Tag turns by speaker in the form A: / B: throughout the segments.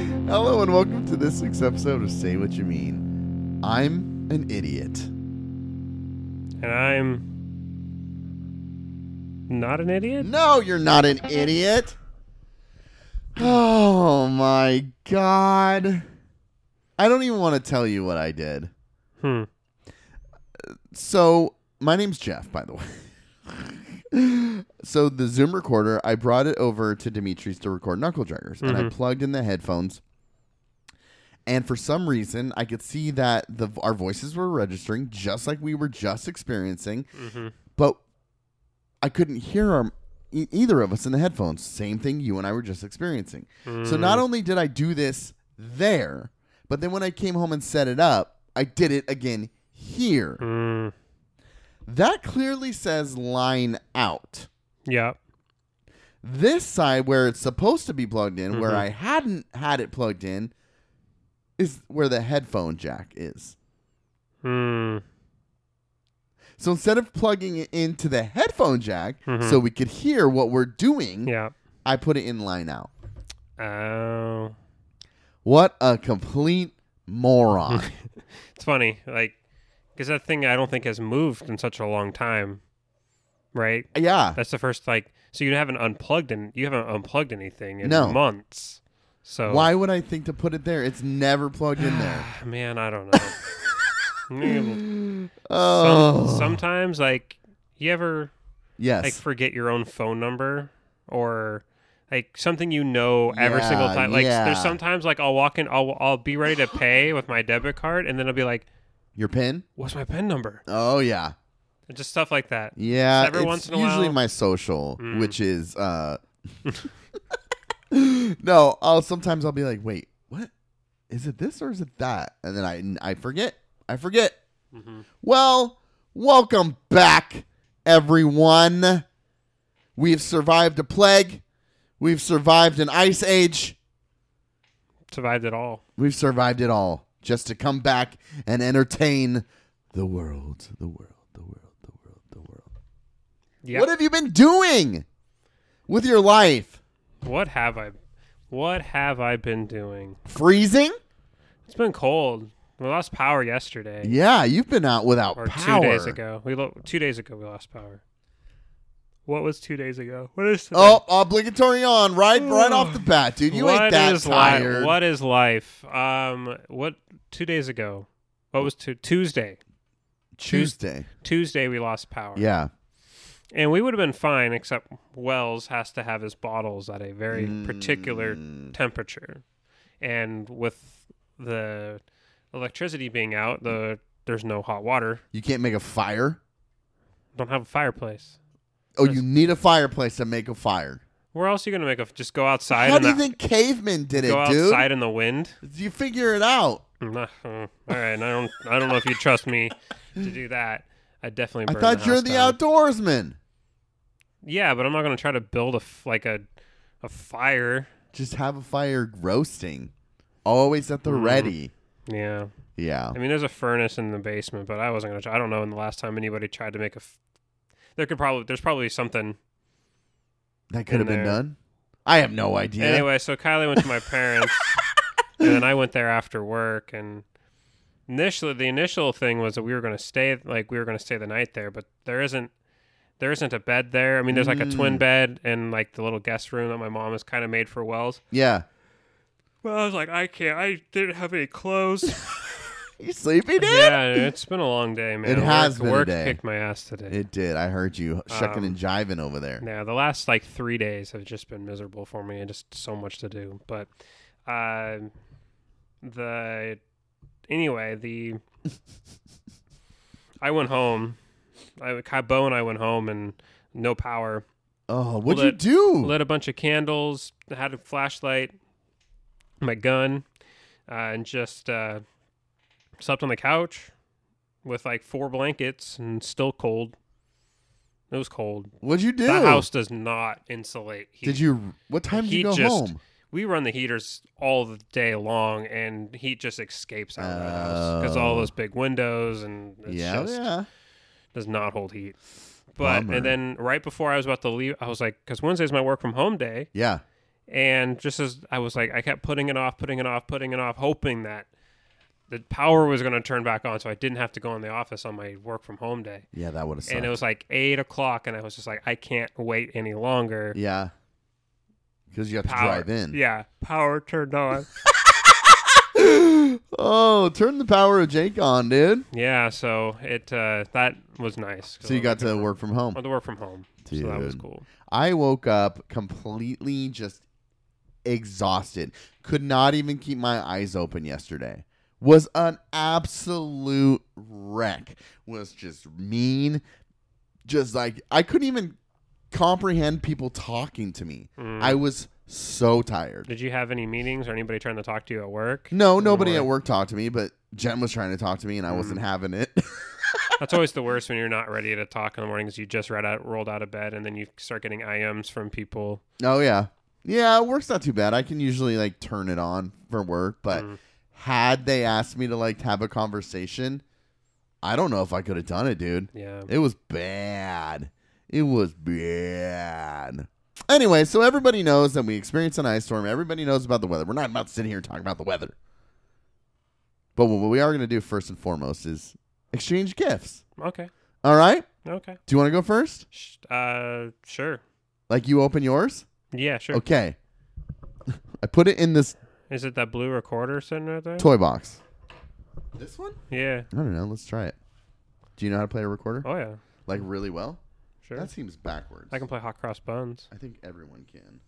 A: and welcome to this week's episode of Say What You Mean. I'm an idiot.
B: And I'm not an idiot?
A: No, you're not an idiot. Oh my god. I don't even want to tell you what I did.
B: Hmm.
A: So, my name's Jeff, by the way. so, the Zoom recorder, I brought it over to Dimitri's to record Knuckle Draggers, and I plugged in the headphones. And for some reason, I could see that the our voices were registering just like we were just experiencing, but I couldn't hear our, e- either of us in the headphones. Same thing you and I were just experiencing. So not only did I do this there, but then when I came home and set it up, I did it again here.
B: Mm.
A: That clearly says line out.
B: Yeah.
A: This side where it's supposed to be plugged in,
B: Mm-hmm.
A: where I hadn't had it plugged in, is where the headphone jack is.
B: Mm.
A: So instead of plugging it into the headphone jack so we could hear what we're doing,
B: Mm-hmm. Yeah.
A: I put it in line out.
B: Oh.
A: What a complete moron. Uh,
B: It's funny, like, because that thing I don't think has moved in such a long time, right?
A: yeah.
B: That's the first like. So you haven't unplugged and you haven't unplugged anything in
A: No.
B: months. So
A: Why would I think to put it there? It's never plugged in there.
B: man, I don't know. Mm,
A: Oh.
B: some- sometimes, like, you ever
A: yes.
B: like forget your own phone number or like something you know every single
A: Yeah,
B: time. Like,
A: yeah.
B: there's sometimes like I'll walk in, I'll I'll be ready to pay with my debit card, and then I'll be like,
A: Your pin?
B: "What's my PIN number?"
A: Oh yeah.
B: And just stuff like that.
A: Yeah.
B: Every
A: it's
B: once in a
A: usually
B: while. Mm.
A: my social, which is uh No, I'll sometimes I'll be like, wait, what? Is it this or is it that? And then I I forget. I forget.
B: Mm-hmm.
A: Well, welcome back, everyone. We've survived a plague. We've survived an ice age.
B: Survived it all.
A: We've survived it all just to come back and entertain the world, the world, the world, the world, the world.
B: Yeah.
A: What have you been doing with your life?
B: what have I? What have I been doing?
A: Freezing?
B: It's been cold. We lost power yesterday,
A: Yeah, you've been out without
B: or
A: power.
B: two days ago. We lo- two days ago we lost power. What was two days ago? What is today?
A: Oh, obligatory on right, right off the bat, dude. You
B: What
A: ain't that
B: is li-
A: tired.
B: what is life? Um, what two days ago? What was two Tuesday?
A: Tuesday?
B: Tuesday we lost power.
A: Yeah,
B: and we would have been fine except Wells has to have his bottles at a very particular
A: Mm.
B: temperature, and with the electricity being out, the there's no hot water.
A: you can't make a fire.
B: Don't have a fireplace.
A: Oh, you need a fireplace to make a fire.
B: Where else are you gonna make a? Just go outside.
A: How
B: in
A: do you
B: the,
A: think cavemen did
B: Go
A: it, dude?
B: outside in the wind.
A: You figure it out.
B: Nah, mm, All right, and I don't. I don't know if you trust me to do that. I definitely.
A: I
B: burn
A: thought
B: the
A: you're
B: house
A: the
B: down.
A: outdoorsman.
B: Yeah, but I'm not gonna try to build a f- like a a fire.
A: just have a fire roasting always at the
B: Mm.
A: ready
B: Yeah.
A: yeah
B: I mean, there's a furnace in the basement, but I wasn't gonna. Try, I don't know when the last time anybody tried to make a. F- there could probably there's probably something.
A: that could have been
B: there.
A: done i have no idea
B: Anyway, so Kylie went to my parents, and then I went there after work. And initially, the initial thing was that we were gonna stay, like we were gonna stay the night there, but there isn't. There isn't a bed there. I mean, there's like a
A: Mm.
B: twin bed and like the little guest room that my mom has kind of made for Wells.
A: yeah
B: Well, I was like, I can't. I didn't have any clothes.
A: you sleepy dude
B: yeah, it's been a long day, man.
A: It has
B: work,
A: been a
B: work
A: day.
B: kicked my ass today.
A: it did i heard you
B: Um,
A: shucking and jiving over there
B: Yeah, the last like three days have just been miserable for me, and just so much to do. But uh, the anyway, the I went home. I Kai- Bo and I went home, and no power.
A: oh what'd
B: Lit-
A: you do
B: Lit a bunch of candles. Had a flashlight, my gun, uh, and just uh, slept on the couch with like four blankets, and still cold. It was cold.
A: what'd you do
B: That house does not insulate heat.
A: did you what time did you
B: heat
A: go
B: just-
A: home
B: We run the heaters all the day long, and heat just escapes out of that house because all
A: Oh.
B: those big windows and it
A: yeah
B: just
A: yeah
B: does not hold heat. But
A: Bummer.
B: and then right before I was about to leave, I was like, because Wednesday's my work from home day,
A: yeah
B: And just as I was like, I kept putting it off, putting it off, putting it off, hoping that the power was going to turn back on, so I didn't have to go in the office on my work from home day.
A: Yeah, that would have sucked.
B: And it was like eight o'clock, and I was just like, I can't wait any longer.
A: yeah. Because you have
B: Power-
A: to drive in.
B: Yeah, power turned on.
A: Oh, turn the power of Jake on, dude.
B: yeah, so it uh, that was nice. 'cause
A: So you
B: I
A: got
B: was
A: to work from home.
B: able to work from home, so that was
A: Dude.
B: cool.
A: I woke up completely just exhausted. Could not even keep my eyes open yesterday. Was an absolute wreck. Was just mean. Just like I couldn't even comprehend people talking to me.
B: Mm.
A: I was so tired.
B: Did you have any meetings or anybody trying to talk to you Mm. at work?
A: No, nobody
B: Really?
A: at work talked to me, but Jen was trying to talk to me and I wasn't having it.
B: That's always the worst when you're not ready to talk in the morning because you just read out, rolled out of bed and then you start getting IMs from people.
A: Oh yeah, yeah. Work's not too bad. I can usually like turn it on for work, but had they asked me to like have a conversation, I don't know if I could have done it, dude.
B: Yeah.
A: It was bad. It was bad. Anyway, so everybody knows that we experienced an ice storm. Everybody knows about the weather. We're not about to sit here and talk about the weather. But what we are going to do first and foremost is exchange gifts.
B: Okay.
A: All right?
B: Okay.
A: Do you want to go first?
B: Sh- Uh, sure.
A: Like you open yours?
B: Yeah, sure.
A: Okay. I put it in this
B: Is it that blue recorder sitting right there?
A: toy box. This one?
B: yeah.
A: I don't know. Let's try it. Do you know how to play a recorder?
B: Oh yeah.
A: Like really well?
B: Sure.
A: That seems backwards.
B: I can play hot cross buns.
A: I think everyone can.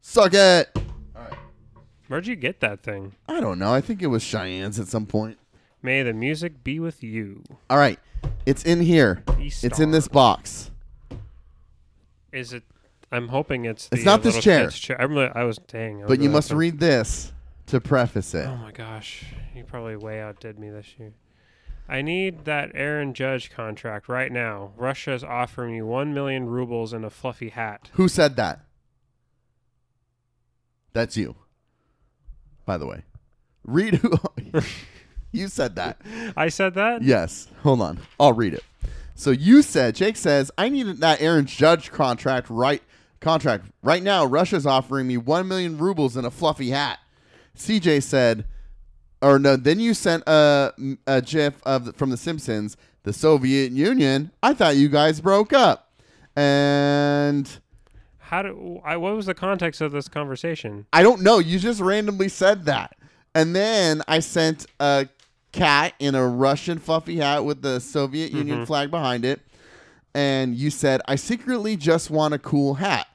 A: Suck it. All right.
B: Where'd you get that thing?
A: I don't know. I think it was Cheyenne's at some point.
B: May the music be with you.
A: All right. It's in here.
B: East
A: It's in this
B: Star.
A: box.
B: Is it? I'm hoping it's. The
A: It's not
B: uh,
A: this
B: little
A: chair.
B: kid's chair. I'm, li- I was dang. I was
A: But you
B: really
A: must
B: hoping-
A: read this to preface it.
B: Oh my gosh, you probably way outdid me this year. I need that Aaron Judge contract right now. Russia's offering me one million rubles and a fluffy hat.
A: Who said that? That's you. By the way, read who you said that.
B: I said that.
A: Yes. Hold on. I'll read it. So you said Jake says I needed that Aaron Judge contract right contract right now. Russia's offering me one million rubles and a fluffy hat. CJ said, or no. Then you sent a a gif of from The Simpsons, the Soviet Union. I thought you guys broke up, and.
B: How do I? What was the context of this conversation?
A: I don't know. You just randomly said that. And then I sent a cat in a Russian fluffy hat with the Soviet Union flag behind it. And you said, I secretly just want a cool hat.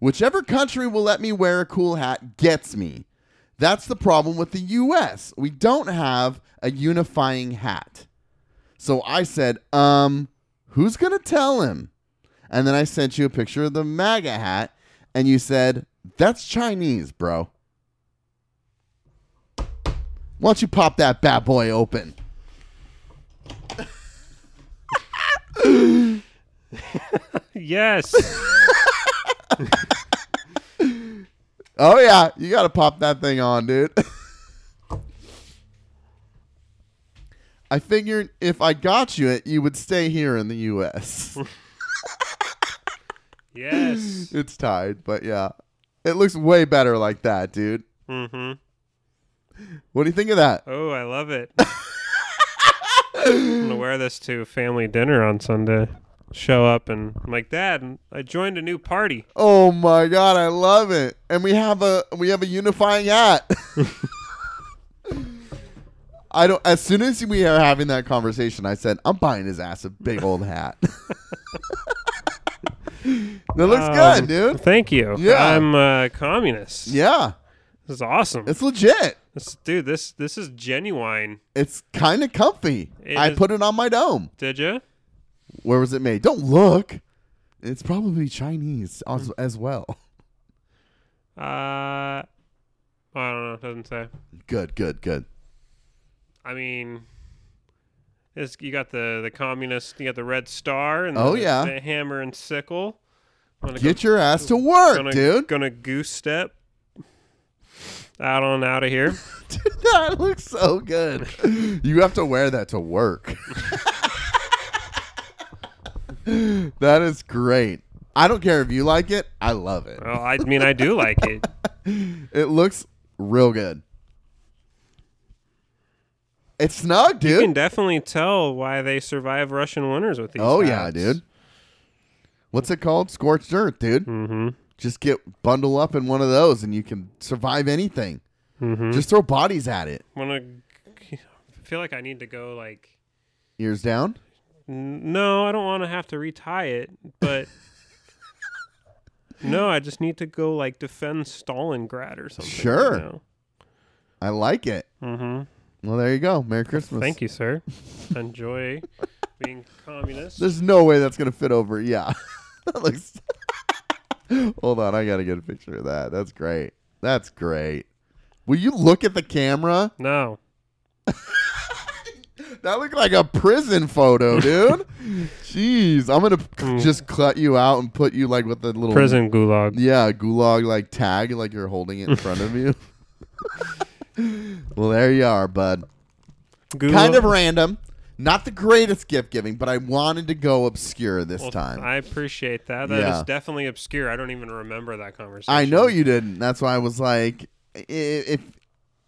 A: Whichever country will let me wear a cool hat gets me. That's the problem with the US. We don't have a unifying hat. So I said, um, who's going to tell him? And then I sent you a picture of the MAGA hat, and you said, that's Chinese, bro. Why don't you pop that bad boy open?
B: yes.
A: Oh, yeah. You got to pop that thing on, dude. I figured if I got you it, you would stay here in the U.S.
B: yes.
A: it's tied, but yeah. It looks way better like that, dude.
B: Mm-hmm.
A: What do you think of that?
B: Oh, I love it. I'm gonna wear this to family dinner on Sunday. Show up and I'm like, Dad, I joined a new party.
A: Oh my god, I love it. And we have a we have a unifying hat. I don't as soon as we are having that conversation, I said, I'm buying his ass a big old hat. that looks
B: Um,
A: good, dude.
B: Thank you.
A: Yeah.
B: I'm a communist.
A: Yeah.
B: This is awesome.
A: It's legit.
B: This, dude, this this is genuine.
A: It's kind of comfy.
B: It
A: I
B: is-
A: put it on my dome.
B: Did you?
A: Where was it made? Don't look. It's probably Chinese as, as well.
B: Uh, I don't know. It doesn't say.
A: Good, good, good.
B: I mean, it's, you got the the communist. You got the red star and
A: Oh,
B: the,
A: yeah.
B: the hammer and sickle. I'm gonna go-
A: Get your ass to work,
B: gonna,
A: dude.
B: Gonna goose step out on out of here.
A: Dude, that looks so good. You have to wear that to work. that is great. I don't care if you like it. I love it.
B: Well, I mean, I do like it.
A: It looks real good. It's snug,
B: You can
A: dude.
B: definitely tell why they survive Russian winters with these.
A: Oh yeah, dude. What's it called? Scorched earth, dude.
B: Mm-hmm.
A: Just get bundle up in one of those, and you can survive anything.
B: Mm-hmm.
A: Just throw bodies at it.
B: Want to feel like I need to go like.
A: Ears down.
B: N- No, I don't want to have to retie it, but no, I just need to go like defend Stalingrad or something.
A: Sure. I like it.
B: Mm-hmm.
A: Well, there you go. Merry Christmas.
B: Thank you, sir. Enjoy being communist.
A: There's no way that's gonna fit over. Yeah, that looks. Hold on, I gotta get a picture of that. That's great. That's great. Will you look at the camera?
B: No,
A: That looked like a prison photo, dude. Jeez, I'm gonna c- just cut you out and put you like with the little
B: Mm. prison gulag.
A: Yeah, gulag like tag, like you're holding it in front of you. well, there you are, bud.
B: gulag.
A: Kind of random. Not the greatest gift giving, but I wanted to go obscure this
B: Well,
A: time.
B: I appreciate that. That is
A: Yeah.
B: definitely obscure. I don't even remember that conversation.
A: I know you didn't. That's why I was like, i- if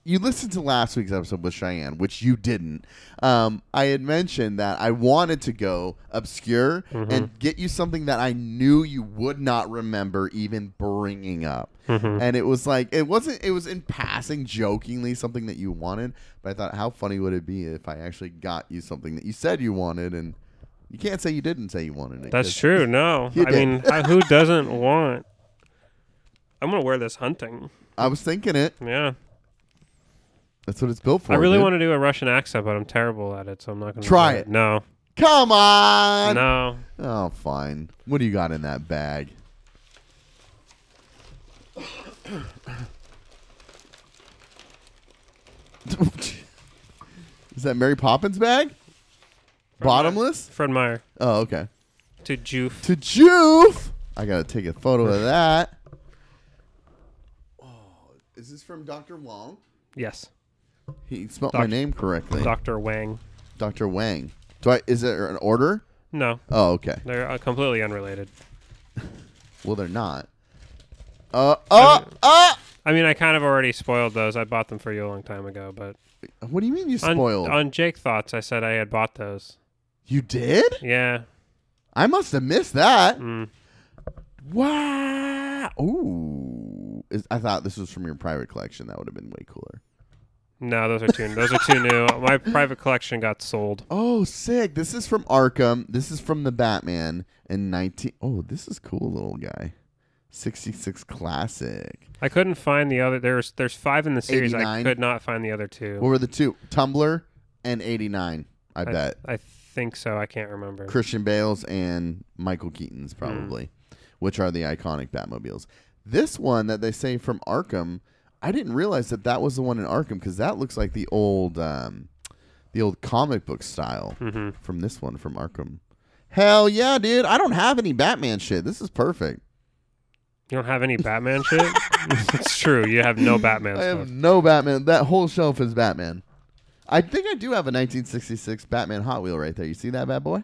A: you listened to last week's episode with Cheyenne, which you didn't, um, I had mentioned that I wanted to go obscure
B: Mm-hmm.
A: and get you something that I knew you would not remember even bringing up.
B: Mm-hmm.
A: And it was like, it wasn't, it was in passing, jokingly, something that you wanted. But I thought, how funny would it be if I actually got you something that you said you wanted? And you can't say you didn't say you wanted it.
B: That's
A: 'cause-
B: true. No,
A: You
B: I
A: did.
B: mean, I, who doesn't want? I'm gonna wear this hunting.
A: I was thinking it.
B: Yeah,
A: That's what it's built for.
B: I really
A: dude.
B: want to do a Russian accent, but I'm terrible at it, so I'm not gonna
A: Try
B: do
A: it.
B: No,
A: Come on.
B: no.
A: Oh, fine. What do you got in that bag? Is that Mary Poppins bag? Bottomless?
B: Fred Meyer
A: Oh, okay.
B: to Juve.
A: To Juve. I gotta take a photo of that. Oh, is this from Dr. Wong?
B: Yes,
A: He spelled my
B: Doc-
A: name correctly.
B: Doctor Wang.
A: Dr. Wang. Do I? Is there an order?
B: No,
A: Oh, okay.
B: they're uh, completely unrelated.
A: Well, they're not. Uh, uh, uh.
B: I mean, I kind of already spoiled those. I bought them for you a long time ago, but
A: What do you mean you
B: on,
A: spoiled?
B: on Jake thoughts, I said I had bought those.
A: you did?
B: Yeah,
A: I must have missed that.
B: Mm.
A: Wow. Ooh. Is- I thought this was from your private collection. That would have been way cooler.
B: no, those are two. those are two new. My private collection got sold.
A: Oh, sick. This is from Arkham. This is from the Batman in 19. oh, this is cool, little guy. 66 Classic.
B: I couldn't find the other. There's there's five in the series.
A: 89.
B: I could not find the other two.
A: What were the two? Tumblr and 89, I,
B: I,
A: bet.
B: I think so. I can't remember.
A: Christian Bale's and Michael Keaton's probably, which are the iconic Batmobiles. This one that they say from Arkham, I didn't realize that that was the one in Arkham because that looks like the old, um, the old comic book style
B: Mhm.
A: from this one from Arkham. Hell yeah, dude! I don't have any Batman shit. This is perfect.
B: You don't have any Batman shit. it's true. You have no Batman
A: I
B: stuff.
A: have no Batman. That whole shelf is Batman. I think I do have a 1966 Batman Hot Wheel right there. You see that bad boy?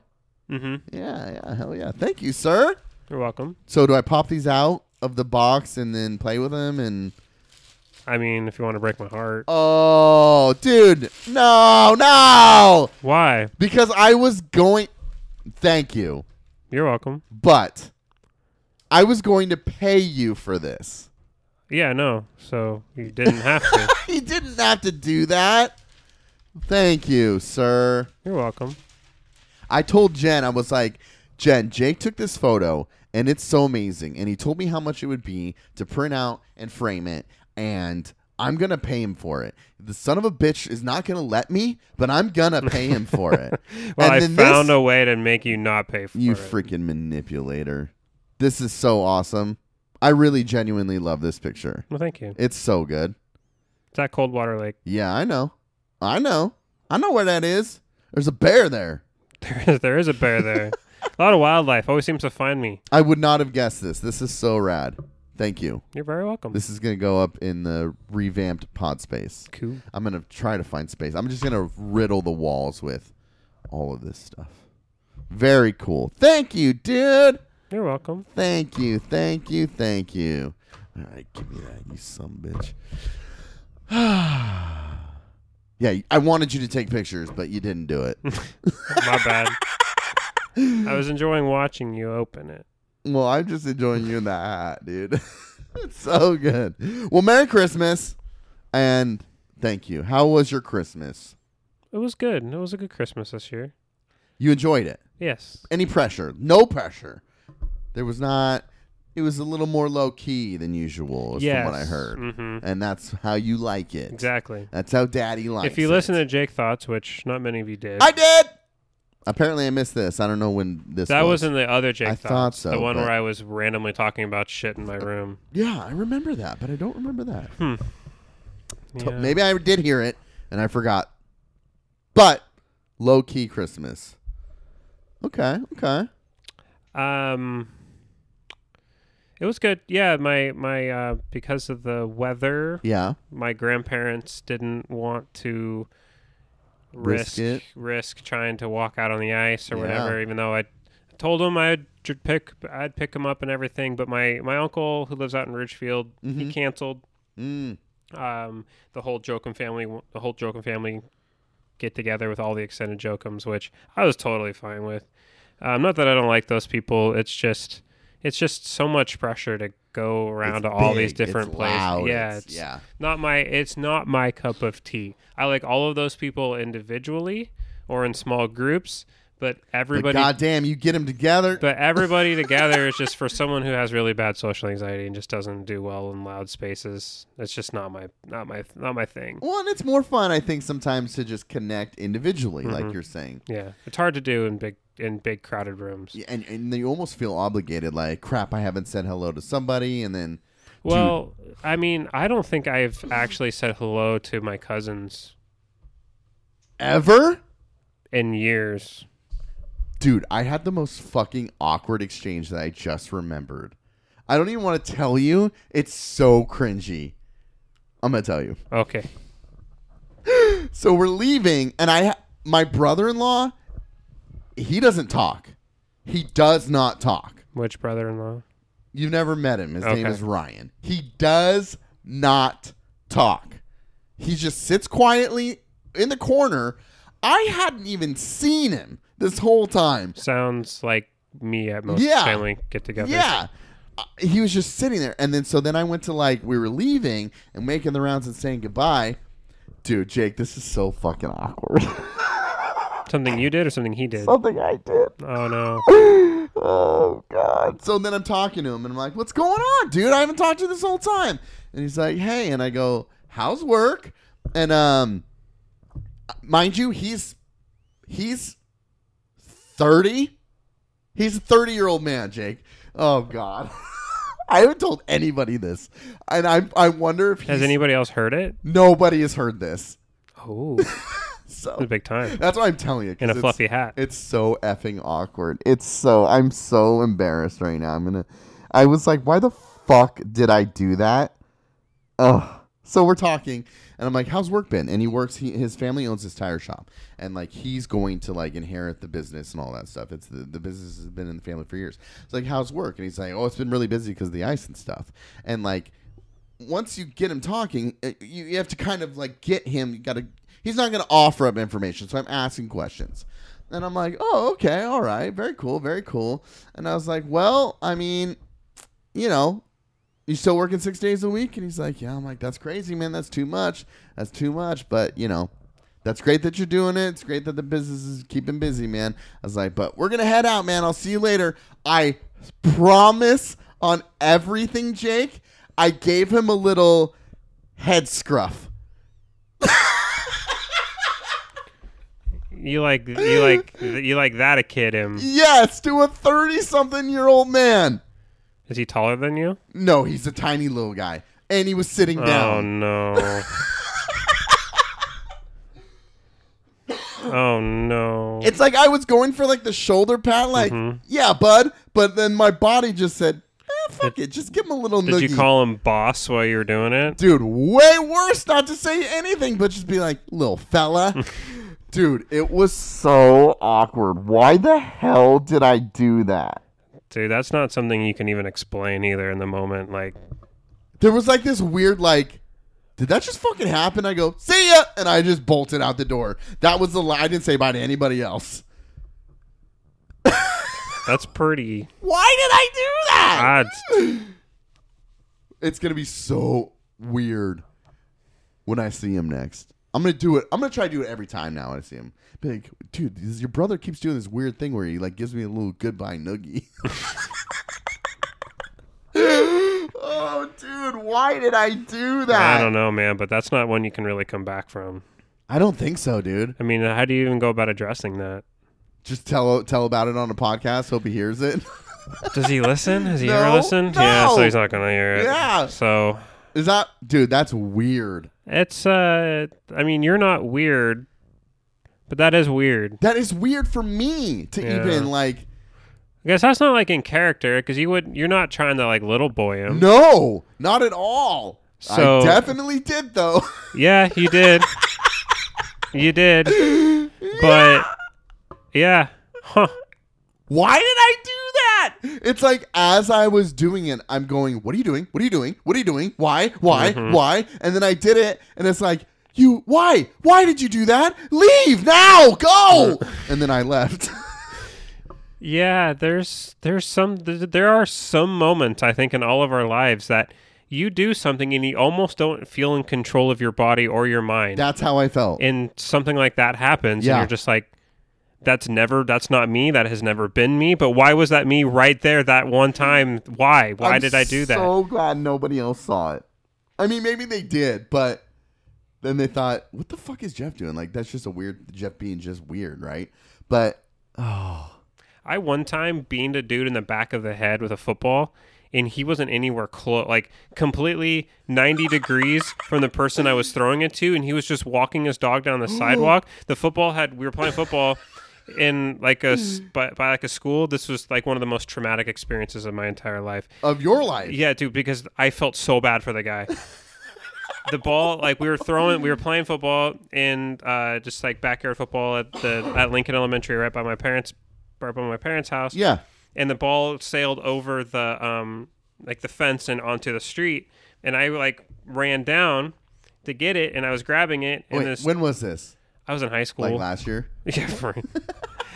B: Mm-hmm.
A: Yeah, yeah, hell yeah. Thank you, sir.
B: You're welcome.
A: So do I pop these out of the box and then play with them and
B: I mean, if you want to break my heart,
A: Oh, dude. No, no.
B: why?
A: Because I was going Thank you.
B: You're welcome.
A: But I was going to pay you for this.
B: Yeah, no. So you didn't have to.
A: You didn't have to do that. Thank you, sir.
B: You're welcome.
A: I told Jen, I was like, Jen, Jake took this photo and it's so amazing. And he told me how much it would be to print out and frame it. And I'm going to pay him for it. The son of a bitch is not going to let me, but I'm going to pay him for it.
B: Well,
A: and
B: I
A: then
B: found
A: this,
B: a way to make you not pay for
A: You
B: it.
A: freaking manipulator. This is so awesome. I really genuinely love this picture.
B: well, thank you.
A: It's so good.
B: It's at Coldwater Lake.
A: Yeah, I know. I know. I know where that is. There's a bear there.
B: There is there is a bear there. a lot of wildlife always seems to find me.
A: I would not have guessed this. This is so rad. Thank you.
B: You're very welcome.
A: This is going to go up in the revamped pod space.
B: cool.
A: I'm going to try to find space. I'm just going to riddle the walls with all of this stuff. Very cool. Thank you, dude.
B: You're welcome.
A: Thank you, thank you, thank you. All right, give me that, you some bitch. yeah, I wanted you to take pictures, but you didn't do it.
B: My bad. I was enjoying watching you open it.
A: well, I'm just enjoying you in that hat, dude. it's so good. Well, Merry Christmas, and thank you. How was your Christmas?
B: It was good. It was a good Christmas this year.
A: You enjoyed it.
B: Yes.
A: Any pressure? No pressure. There was not. It was a little more low key than usual, is
B: yes.
A: from what I heard,
B: hmm
A: and that's how you like it.
B: Exactly.
A: That's how Daddy likes.
B: If you
A: it.
B: listen to Jake Thoughts, which not many of you did,
A: I did. Apparently, I missed this. I don't know when this.
B: that
A: was.
B: was in the other Jake
A: I
B: Thoughts.
A: thought so,
B: the one
A: but-
B: where I was randomly talking about shit in my room.
A: Yeah, I remember that, but I don't remember that. T-
B: Hmm. Yeah.
A: Maybe I did hear it and I forgot. But low key Christmas. Okay, okay.
B: Um, it was good. Yeah, my my uh, because of the weather,
A: Yeah,
B: my grandparents didn't want to
A: Risk
B: risk
A: it.
B: risk, trying to walk out on the ice or
A: Yeah.
B: whatever. Even though I told them I'd j- pick I'd pick them up and everything, but my my uncle who lives out in Ridgefield
A: Mm-hmm.
B: he canceled
A: mm,
B: um, the whole Jokum family the whole Jokum family get together with all the extended Jokums, which I was totally fine with. Um, not that I don't like those people. It's just it's just so much pressure to go around
A: It's
B: to all these
A: big, it's
B: different places.
A: loud,
B: yeah,
A: it's- yeah.
B: Not my it's not my cup of tea. I like all of those people individually or in small groups, but
A: but
B: everybody
A: goddamn, you get them together.
B: but everybody together is just for someone who has really bad social anxiety and just doesn't do well in loud spaces. It's just not my not my not my thing.
A: well, and it's more fun, I think, sometimes to just connect individually, like you're saying.
B: Yeah, it's hard to do in big in big crowded rooms.
A: Yeah, And, and you almost feel obligated, like, crap, I haven't said hello to somebody. And then,
B: Well, I mean, I don't think I've actually said hello to my cousins
A: ever?
B: in years.
A: Dude, I had the most fucking awkward exchange that I just remembered. I don't even want to tell you. It's so cringy. I'm going to tell you.
B: Okay,
A: So we're leaving and I ha- my brother-in-law he doesn't talk. He does not talk.
B: which brother-in-law?
A: You've never met him. His name
B: Okay.
A: is Ryan. He does not talk. He just sits quietly in the corner. I hadn't even seen him this whole time.
B: Sounds like me at most
A: Yeah.
B: family get-togethers.
A: Yeah. Uh, He was just sitting there. And then, so then I went to like, we were leaving and making the rounds and saying goodbye. Dude, Jake, this is so fucking awkward.
B: something you did or something he did.
A: Something I did.
B: Oh no,
A: Oh, God. So then I'm talking to him and I'm like, what's going on, dude? I haven't talked to you this whole time. And he's like, hey. And I go, how's work? And, um, mind you, he's, he's 30. He's a 30 year old man, Jake. Oh, God. I haven't told anybody this. And I, I wonder if he's,
B: has anybody else heard it?
A: nobody has heard this.
B: Oh, it's a
A: So
B: big time
A: that's why I'm telling you. 'cause
B: in a
A: it's-
B: fluffy hat.
A: it's so effing awkward. It's so I'm so embarrassed right now. I'm gonna. I was like, why the fuck did I do that? Ugh. So we're talking, and I'm like, how's work been? And he works. He, his family owns his tire shop, and like he's going to like inherit the business and all that stuff. It's the, the business has been in the family for years. It's like, how's work? And he's like, oh, it's been really busy because of the ice and stuff. And like, once you get him talking, uh, you, you have to kind of like get him. You got to. He's not going to offer up information, so I'm asking questions, and I'm like, oh, okay, all right, very cool, very cool. And I was like, well, I mean, you know, you still working six days a week? And he's like, yeah. I'm like, that's crazy, man. That's too much. That's too much. But you know, that's great that you're doing it. It's great that the business is keeping busy, man. I was like, but we're gonna head out, man. I'll see you later. I promise on everything, Jake. I gave him a little head scruff.
B: You like you like you like that a kid him.
A: Yes, to a thirty-something-year-old man.
B: Is he taller than you?
A: No, he's a tiny little guy, and he was sitting
B: Oh
A: down.
B: no. oh no.
A: It's like I was going for like the shoulder pat, like
B: Mm-hmm.
A: yeah, bud. But then my body just said, eh, "Fuck it, just give him a little."
B: Did
A: noogie.
B: you call him boss while you were doing it?
A: dude? Way worse not to say anything, but just be like, "Little fella." Dude, it was so awkward. Why the hell did I do that?
B: Dude, that's not something you can even explain either in the moment. Like,
A: There was like this weird like did that just fucking happen? I go, see ya, and I just bolted out the door. That was the lie I didn't say bye to anybody else.
B: that's pretty
A: Why did I do that?
B: odd.
A: It's gonna be so weird when I see him next. I'm gonna do it. I'm gonna try to do it every time now when I see him. Be like, dude, this, your brother keeps doing this weird thing where he like gives me a little goodbye noogie. oh, dude, why did I do that?
B: I don't know, man, but that's not one you can really come back from.
A: I don't think so, dude.
B: I mean, how do you even go about addressing that?
A: Just tell tell about it on a podcast. Hope he hears it.
B: Does he listen? Has he
A: No,
B: ever listened? Yeah, so
A: no.
B: he's not gonna hear it.
A: Yeah.
B: So
A: Is that, dude? That's weird.
B: it's uh, I mean, you're not weird, but that is weird.
A: That is weird for me to
B: Yeah.
A: even like.
B: I guess that's not like in character because you would you're not trying to like little boy him.
A: No, not at all. I
B: So-
A: definitely did though.
B: Yeah, you did. you did. But yeah, huh?
A: Why did I do that? It's like as I was doing it, I'm going, "What are you doing? What are you doing? What are you doing? Why? Why?
B: Mm-hmm.
A: Why?" And then I did it, and it's like, "You why? Why did you do that? Leave now, go!" and then I left.
B: Yeah, there's there's some th- there are some moments I think in all of our lives that you do something and you almost don't feel in control of your body or your mind.
A: That's how I felt.
B: and something like that happens
A: Yeah.
B: and you're just like that's never that's not me that has never been me but why was that me right there that one time why why
A: I'm
B: did i do that
A: So glad nobody else saw it. I mean, maybe they did, but then they thought, "What the fuck is Jeff doing?" Like that's just a weird Jeff being just weird, right? But
B: i one time beamed a dude in the back of the head with a football and he wasn't anywhere close like completely 90 degrees from the person i was throwing it to and he was just walking his dog down
A: Oh.
B: the sidewalk the football had we were playing football in like a s-
A: Hmm.
B: by, by like a school this was like one of the most traumatic experiences of my entire life
A: of your life,
B: Yeah, dude, because I felt so bad for the guy. the ball, like we were throwing, we were playing football in uh, just like backyard football at the at Lincoln Elementary, right by my parents, right by my parents' house.
A: yeah.
B: and the ball sailed over the um like the fence and onto the street, and I like ran down to get it, and I was grabbing it, and
A: Wait,
B: this
A: when was this?
B: I was in high school.
A: Like last year?
B: yeah, right.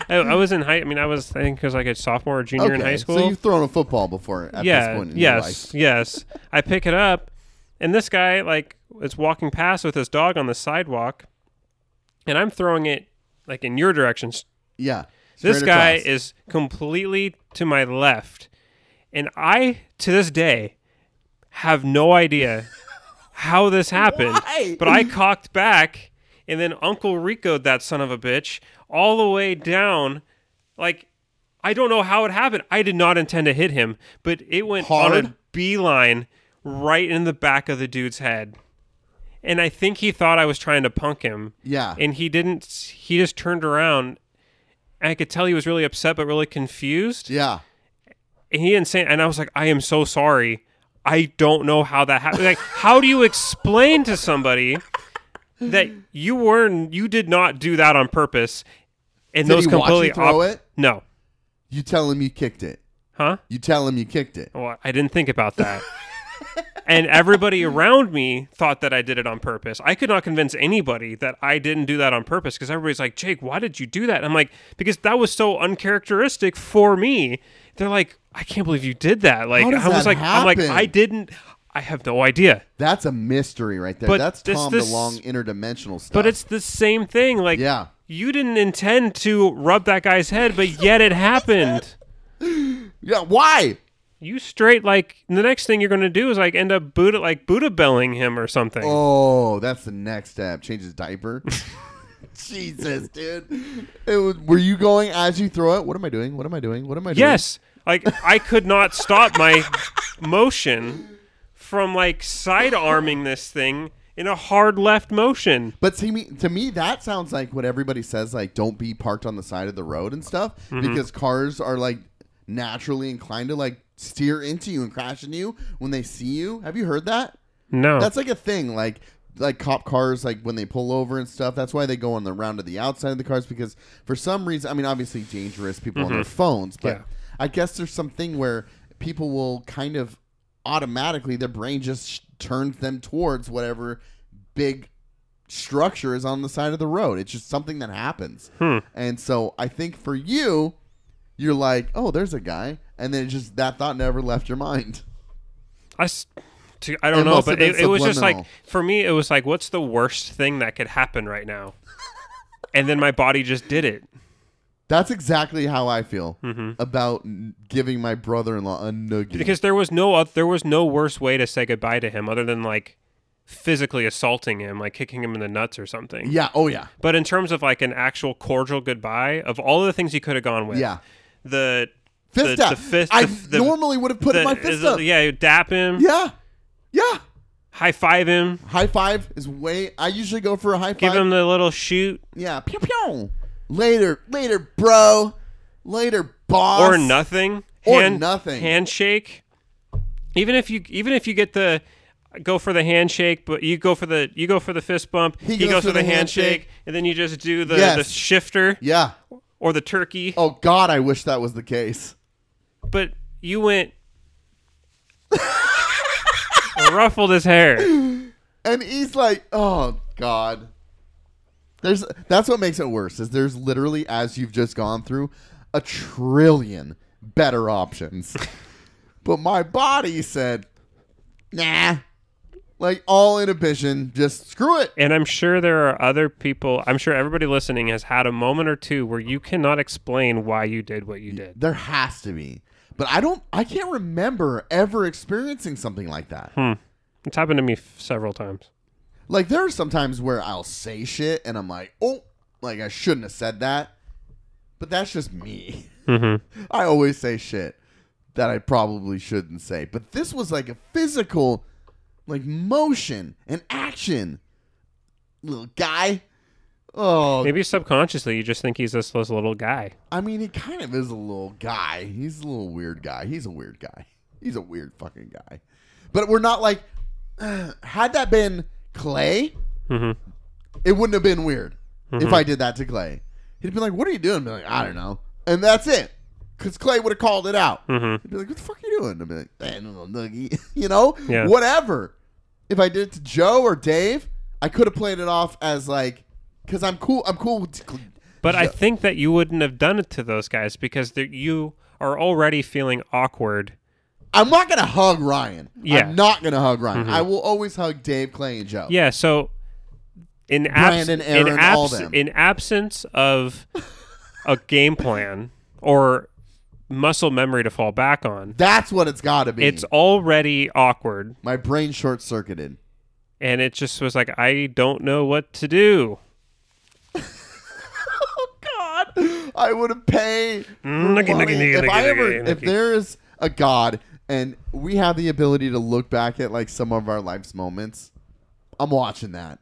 B: I, I was in high. I mean, I was I think it was like a sophomore or junior in high school.
A: So you've thrown a football before at
B: yeah,
A: this point in your life.
B: yes, yes. I pick it up, and this guy like is walking past with his dog on the sidewalk, and I'm throwing it like in your direction. S-
A: Yeah.
B: This
A: Straight
B: guy
A: across.
B: is completely to my left, and I to this day have no idea how this happened.
A: Why?
B: But I cocked back, and then Uncle Rico'd that son of a bitch all the way down, like. I don't know how it happened. I did not intend to hit him, but it went on
A: Hard?
B: a beeline right in the back of the dude's head. And I think he thought I was trying to punk him.
A: Yeah.
B: And he didn't he just turned around. And I could tell he was really upset but really confused.
A: Yeah.
B: And he didn't say and I was like, I am so sorry. I don't know how that happened. Like, how do you explain to somebody that you were you did not do that on purpose? And
A: Did
B: those
A: he watch
B: completely
A: you throw
B: op-
A: it?
B: No.
A: You tell him you kicked it.
B: Huh?
A: You tell him you kicked it.
B: Well, Oh, I didn't think about that. and everybody around me thought that I did it on purpose. I could not convince anybody that I didn't do that on purpose because everybody's like, Jake, why did you do that? I'm like, because that was so uncharacteristic for me. They're like, I can't believe you did that. Like,
A: How does
B: I was
A: that
B: like, I'm like,
A: happen?
B: I didn't. I have no idea.
A: That's a mystery right there.
B: But
A: That's
B: this-
A: Tom
B: this-
A: DeLong interdimensional stuff.
B: But it's the same thing. Like,
A: Yeah.
B: you didn't intend to rub that guy's head, but yet it happened.
A: Yeah, why?
B: You straight like the next thing you're going to do is like end up Buddha like Buddha belling him or something.
A: Oh, that's the next step. Change his diaper. Jesus, dude. It was, were you going as you throw it? What am I doing? What am I doing? What am I doing?
B: Yes. Like I could not stop my motion from like side arming this thing in a hard left motion.
A: But to me, to me, that sounds like what everybody says, like don't be parked on the side of the road and stuff, because cars are like naturally inclined to like steer into you and crash into you when they see you. Have you heard that?
B: No.
A: That's like a thing. Like like cop cars like when they pull over and stuff. That's why they go on the round to the outside of the cars because for some reason, I mean, obviously dangerous people on their phones, but
B: Yeah.
A: I guess there's something where people will kind of automatically their brain just sh- turns them towards whatever big structure is on the side of the road. It's just something that happens. And so I think for you, you're like, oh, there's a guy, and then it just that thought never left your mind.
B: I, s- to, I don't
A: It
B: know,
A: must have
B: but
A: been
B: it, it was just like
A: subliminal.
B: for me, it was like, what's the worst thing that could happen right now? and then my body just did it.
A: That's exactly how I feel about n- giving my brother-in-law a noogie.
B: Mm-hmm. because there was no oth- there was no worse way to say goodbye to him other than like physically assaulting him like kicking him in the nuts or something
A: yeah, oh yeah,
B: but in terms of like an actual cordial goodbye of all of the things he could have gone with
A: yeah.
B: the
A: Fist
B: the,
A: up.
B: the fist
A: I
B: the, the-
A: normally would have put
B: the-
A: my fist
B: the-
A: up.
B: yeah you dap him
A: Yeah, yeah.
B: high five him
A: High five is way. I usually go for a high
B: give
A: five.
B: him the little shoot
A: yeah, pew pew. Later, later, bro. Later, boss.
B: or nothing
A: Or nothing.
B: handshake even if you even if you get the go for the handshake but you go for the you go for the fist bump he, goes, for the handshake, and then you just do the, the
A: Yes.
B: shifter
A: Yeah.
B: or the turkey
A: Oh God, I wish that was the case.
B: but you went ruffled his hair
A: And he's like, "Oh God." There's that's what makes it worse is there's literally as you've just gone through a trillion better options. but my body said, "Nah." Like all inhibition, just screw it.
B: and i'm sure there are other people i'm sure everybody listening has had a moment or two where you cannot explain why you did what you did
A: There has to be. But I don't I can't remember ever experiencing something like that.
B: it's happened to me f- several times
A: Like there are some times where I'll say shit and I'm like, oh, like I shouldn't have said that. But that's just me. I always say shit that I probably shouldn't say. But this was like a physical, like motion and action. Little guy. Oh,
B: maybe subconsciously you just think he's this, this little guy
A: I mean, he kind of is a little guy. He's a little weird guy. He's a weird guy. He's a weird fucking guy. But we're not like, had that been Clay,
B: Mhm.
A: it wouldn't have been weird if I did that to Clay. He'd be like, "What are you doing?" I'd be like, "I don't know," and that's it. Because Clay would have called it out.
B: Mhm.
A: He'd be like, "What the fuck are you doing?" I'd be like, "I don't know, noogie," you know,
B: Yeah.
A: whatever. If I did it to Joe or Dave, I could have played it off as like, "Cause I'm cool. I'm cool." With
B: But I think that you wouldn't have done it to those guys because they're- you are already feeling awkward.
A: I'm not gonna hug Ryan.
B: Yeah. Mm-hmm.
A: I'm not gonna hug Ryan. I will always hug Dave, Clay, and Joe.
B: Yeah. So in abs-
A: Brian and Aaron,
B: in,
A: all
B: abs-
A: them.
B: in absence of a game plan or muscle memory to fall back on,
A: That's what it's gotta be.
B: it's already awkward,
A: my brain short circuited.
B: and it just was like I don't know what to do. Oh,
A: God, I would pay. for
B: Noogie, noogie,
A: money.
B: noogie,
A: If I
B: noogie,
A: ever,
B: noogie,
A: if
B: noogie.
A: there is a God and we have the ability to look back at like some of our life's moments, I'm watching that.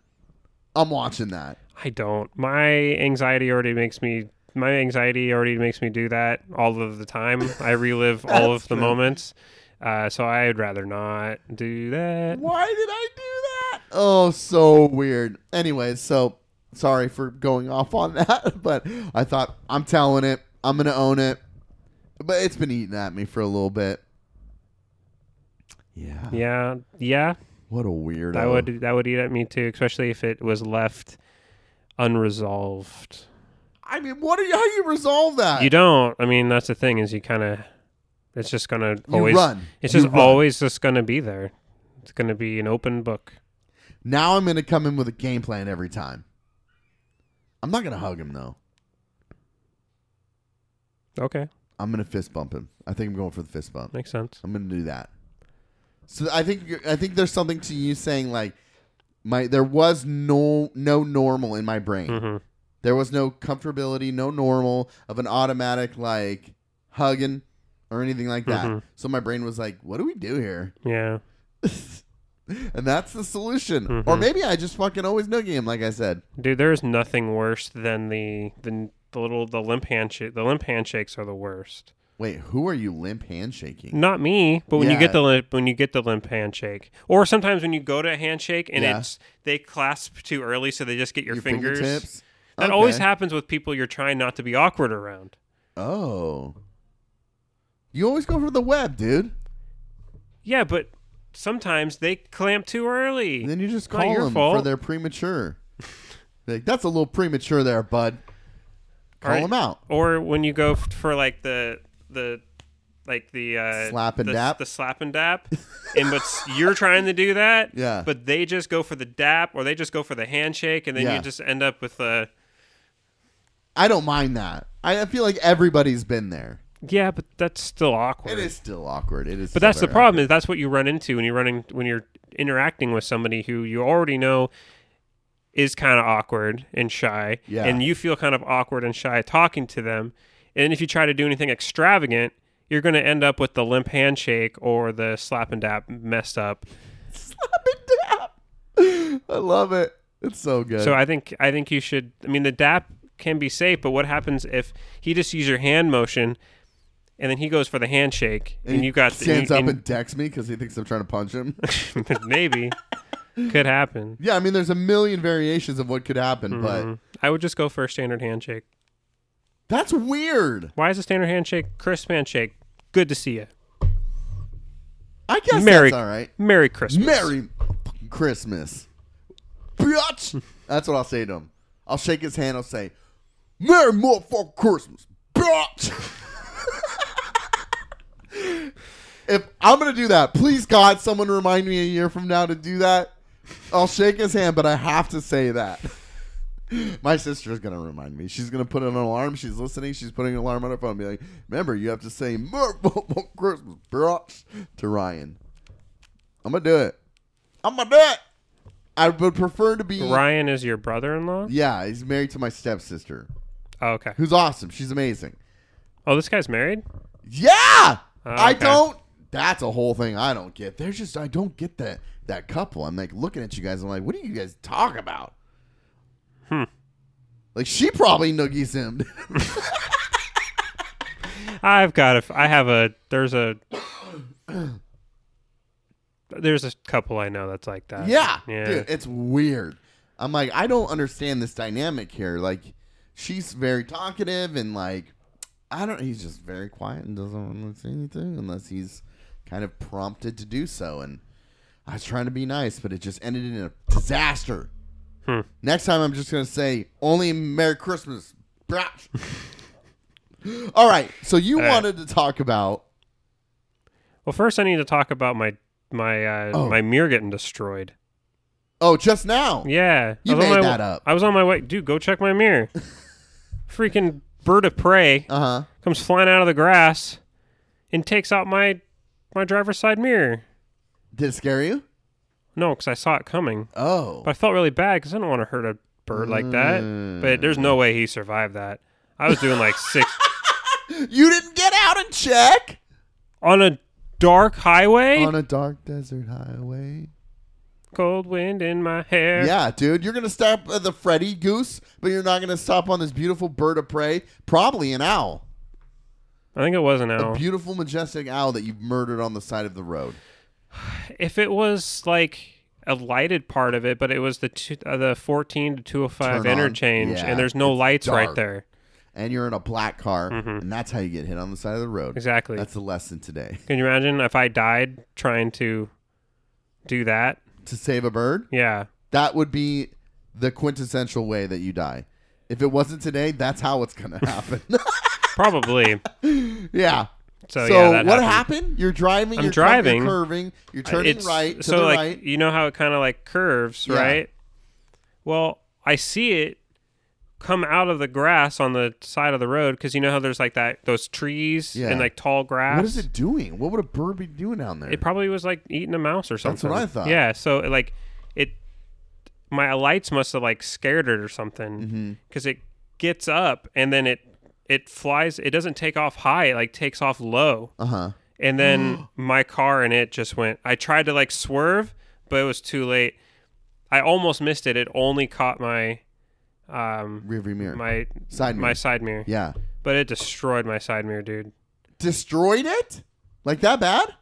A: I'm watching that.
B: I don't. My anxiety already makes me. My anxiety already makes me do that all of the time. I relive all of the moments. Uh, so I'd rather not do that.
A: Why did I do that? Oh, so weird. Anyways, so sorry for going off on that, but I thought I'm telling it. I'm gonna own it. But it's been eating at me for a little bit. Yeah.
B: Yeah, yeah,
A: What a weirdo.
B: that would that would eat at me too, especially if it was left unresolved.
A: I mean, what are you? How do you resolve that?
B: You don't. I mean, that's the thing is you kind of. It's just gonna always.
A: run.
B: It's
A: You
B: just
A: run.
B: always just gonna be there. It's gonna be an open book.
A: Now I'm gonna come in with a game plan every time. I'm not gonna hug him though.
B: Okay,
A: I'm gonna fist bump him. I think I'm going for the fist bump.
B: makes sense.
A: I'm gonna do that. So I think you're- I think there's something to you saying like my there was no no normal in my brain.
B: hmm
A: There was no comfortability, no normal of an automatic like hugging or anything like that.
B: Mhm.
A: So my brain was like, "What do we do here?"
B: Yeah.
A: and that's the solution. Or
B: Mhm.
A: maybe I just fucking always noogie him, like I said.
B: Dude, there is nothing worse than the the, the little the limp handshake. The limp handshakes are the worst.
A: Wait, who are you limp handshaking?
B: Not me, but when you
A: Yeah.
B: get the limp, when you get the limp handshake, or sometimes when you go to a handshake and
A: Yeah.
B: it's they clasp too early, so they just get your,
A: Your
B: fingers.
A: fingertips.
B: That always
A: Okay.
B: happens with people you're trying not to be awkward around.
A: Oh. You always go for the web, dude.
B: Yeah, but sometimes they clamp too early.
A: And then you just
B: Not
A: call
B: your
A: them for
B: fault.
A: their premature. like, that's a little premature there, bud. Call
B: Alright.
A: them out.
B: or when you go f- for like the the like the uh,
A: Slap and
B: the,
A: dap?
B: the slap and dap, and but you're trying to do that,
A: Yeah.
B: But they just go for the dap, or they just go for the handshake, and then
A: Yeah.
B: you just end up with a
A: I don't mind that. I, I feel like everybody's been there.
B: yeah, but that's still awkward.
A: It is still awkward. It is.
B: But that's the problem is that's what you run into when you're running when you're interacting with somebody who you already know is kind of awkward and shy,
A: Yeah.
B: and you feel kind of awkward and shy talking to them. And if you try to do anything extravagant, you're going to end up with the limp handshake or the slap and dap messed up.
A: Slap and dab. I love it. It's so good.
B: So I think I think you should. I mean, the dap can be safe, but what happens if he just uses your hand motion, and then he goes for the handshake, and,
A: he
B: you got
A: stands up
B: and-
A: and, decks me because he thinks I'm trying to punch him.
B: and maybe could happen.
A: yeah, I mean, there's a million variations of what could happen, but
B: Mhm. I would just go for a standard handshake.
A: that's weird.
B: Why is a standard handshake crisp handshake? Good to see you.
A: I guess
B: Merry-
A: that's all right.
B: Merry Christmas.
A: Merry fucking Christmas, bitch. That's what I'll say to him. I'll shake his hand. I'll say, "Merry motherfucking Christmas, bitch." if I'm gonna do that, please God, someone remind me a year from now to do that. I'll shake his hand, but I have to say that. My sister's gonna remind me. She's gonna put an alarm. She's listening. She's putting an alarm on her phone. and Be like, remember, you have to say "Merry motherfucking Christmas, bitch" to Ryan. I'm gonna do it. I'm gonna do it. I would prefer to be.
B: Ryan is your brother-in-law.
A: Yeah, he's married to my stepsister,
B: Oh, okay.
A: who's awesome. She's amazing.
B: Oh, this guy's married.
A: Yeah, I
B: Oh, okay.
A: don't. That's a whole thing I don't get. There's just I don't get that that couple. I'm like looking at you guys. I'm like, what do you guys talk about?
B: Hmm.
A: Like she probably noogies him.
B: I've got a. I have a. There's a. There's a couple I know that's like that.
A: yeah,
B: Yeah.
A: dude, it's weird. I'm like, I don't understand this dynamic here. Like, she's very talkative and like, I don't. He's just very quiet and doesn't want to say anything unless he's kind of prompted to do so. And I was trying to be nice, but it just ended in a disaster.
B: Hmm.
A: Next time, I'm just gonna say only Merry Christmas. Brah. All right. So you
B: All right.
A: wanted to talk about
B: Well, first I need to talk about my my uh,
A: Oh.
B: my mirror getting destroyed.
A: oh just now.
B: Yeah.
A: You
B: I was on
A: made
B: my-
A: that up.
B: I was on my way. Dude, go check my mirror. Freaking bird of prey.
A: Uh huh.
B: comes flying out of the grass and takes out my my driver's side mirror.
A: Did it scare you?
B: No, because I saw it coming,
A: Oh.
B: but I felt really bad because I don't want to hurt a bird like that. But there's
A: Mm.
B: no way he survived that. I was doing like six
A: You didn't get out and check
B: on a dark highway,
A: on a dark desert highway.
B: cold wind in my hair.
A: Yeah, dude, you're gonna stop at the Freddy goose, but you're not gonna stop on this beautiful bird of prey, probably an owl,
B: I think it was an
A: a
B: owl.
A: beautiful majestic owl that you've murdered on the side of the road.
B: if it was like a lighted part of it, but it was the two, uh, the 14 to 205
A: Turn on.
B: interchange,
A: Yeah,
B: and there's no lights
A: dark.
B: right there.
A: And you're in a black car, and that's how you get hit on the side of the road.
B: Exactly.
A: That's the lesson today.
B: Can you imagine if I died trying to do that?
A: To save a bird,
B: Yeah.
A: that would be the quintessential way that you die. If it wasn't today, that's how it's gonna happen.
B: Probably.
A: yeah.
B: So,
A: so
B: yeah, that
A: what
B: happened.
A: happened. You're driving.
B: I'm
A: you're cur- you're
B: driving.
A: curving. You're turning
B: It's-
A: right to
B: so
A: the
B: like
A: right.
B: you know how it kind of like curves,
A: Yeah.
B: right? Well, I see it come out of the grass on the side of the road because you know how there's like that those trees
A: Yeah.
B: and like tall grass.
A: What is it doing? What would a bird be doing down there?
B: It probably was like eating a mouse or
A: That's
B: something.
A: what I thought.
B: Yeah. So like it, my lights must have like scared it
A: Mm-hmm.
B: or something because it gets up and then it it flies. It doesn't take off high. It like takes off low.
A: uh huh.
B: and
A: Oh.
B: then my car and it just went i tried to like swerve but it was too late i almost missed it it only caught my um
A: Rearview mirror.
B: my
A: Side mirror.
B: my side mirror
A: yeah.
B: but it destroyed my side mirror dude
A: destroyed it like that bad.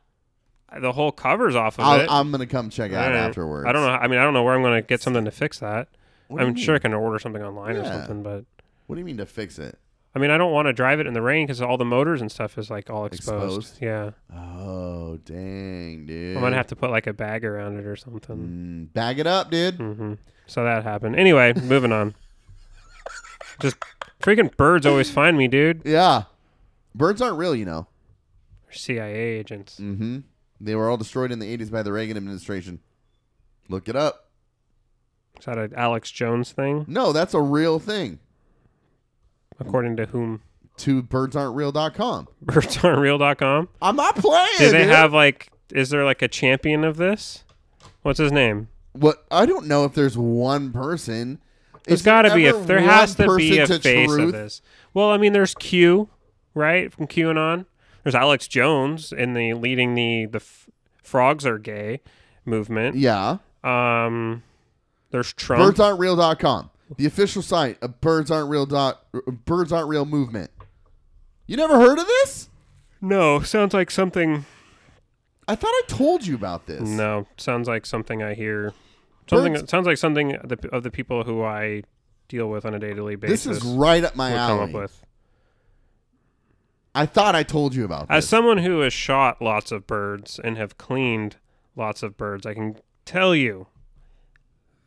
B: The whole cover's off of
A: I'll,
B: it.
A: I'm gonna come check it
B: I
A: out
B: don't-
A: afterwards.
B: I don't know. How, I mean, I don't know where I'm going to get something to fix that.
A: What do you
B: I'm
A: mean?
B: sure I can order something online or
A: Yeah.
B: something, but
A: What do you mean to fix it?
B: I mean, I don't want to drive it in the rain because all the motors and stuff is like all exposed.
A: Exposed?
B: Yeah,
A: Oh dang, dude!
B: I'm gonna have to put like a bag around it or something.
A: Mm, bag it up, dude.
B: hmm So that happened. Anyway, moving on. Just freaking birds always find me, dude.
A: Yeah, birds aren't real, you know.
B: They're CIA agents.
A: Mm-hmm. They were all destroyed in the 80s by the Reagan administration. Look it up.
B: Is that an Alex Jones thing?
A: No, that's a real thing.
B: According to whom?
A: To birdsaren'treal.com.
B: Birdsaren'treal.com.
A: I'm not playing.
B: Do they
A: dude.
B: have like? Is there like a champion of this? What's his name?
A: What I don't know if there's one person.
B: There's
A: Is
B: got to
A: there
B: be a
A: ever
B: there
A: one
B: has to be
A: person
B: a
A: to
B: face of
A: truth?
B: this. Well, I mean, there's Q, right from QAnon. There's Alex Jones in the leading the the f- frogs are gay movement.
A: Yeah.
B: Um, there's Trump.
A: Birdsaren'treal.com. The official site of Birds Aren't Real dot Birds Aren't Real movement. You never heard of this?
B: no, sounds like something.
A: I thought I told you about this.
B: No, sounds like something I hear. Something
A: Birds-
B: sounds like something of the, of the people who I deal with on a daily basis.
A: This is right up my
B: would come up
A: alley.
B: with.
A: I thought I told you about
B: As
A: this.
B: someone who has shot lots of birds and have cleaned lots of birds, I can tell you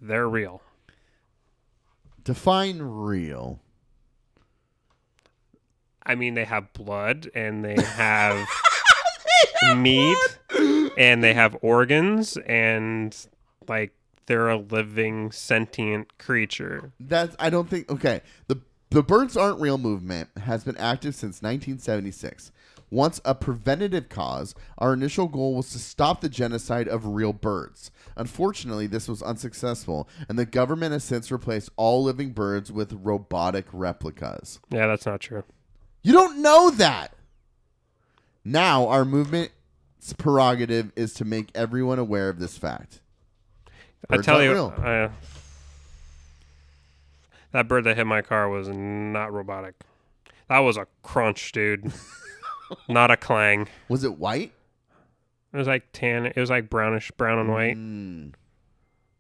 B: they're real.
A: Define real.
B: I mean, they have blood and they have meat and they have organs and like they're a living sentient creature.
A: That's I don't think okay. The the Birds Aren't Real movement has been active since 1976. Once a preventative cause, our initial goal was to stop the genocide of real birds. Unfortunately, this was unsuccessful, and the government has since replaced all living birds with robotic replicas.
B: Yeah, that's not true.
A: You don't know that. Now, our movement's prerogative is to make everyone aware of this fact.
B: I
A: Birds
B: tell
A: aren't
B: you,
A: real.
B: I- that bird that hit my car was not robotic. That was a crunch, dude. not a clang.
A: Was it white?
B: It was like tan. It was like brownish, brown and white.
A: Mm,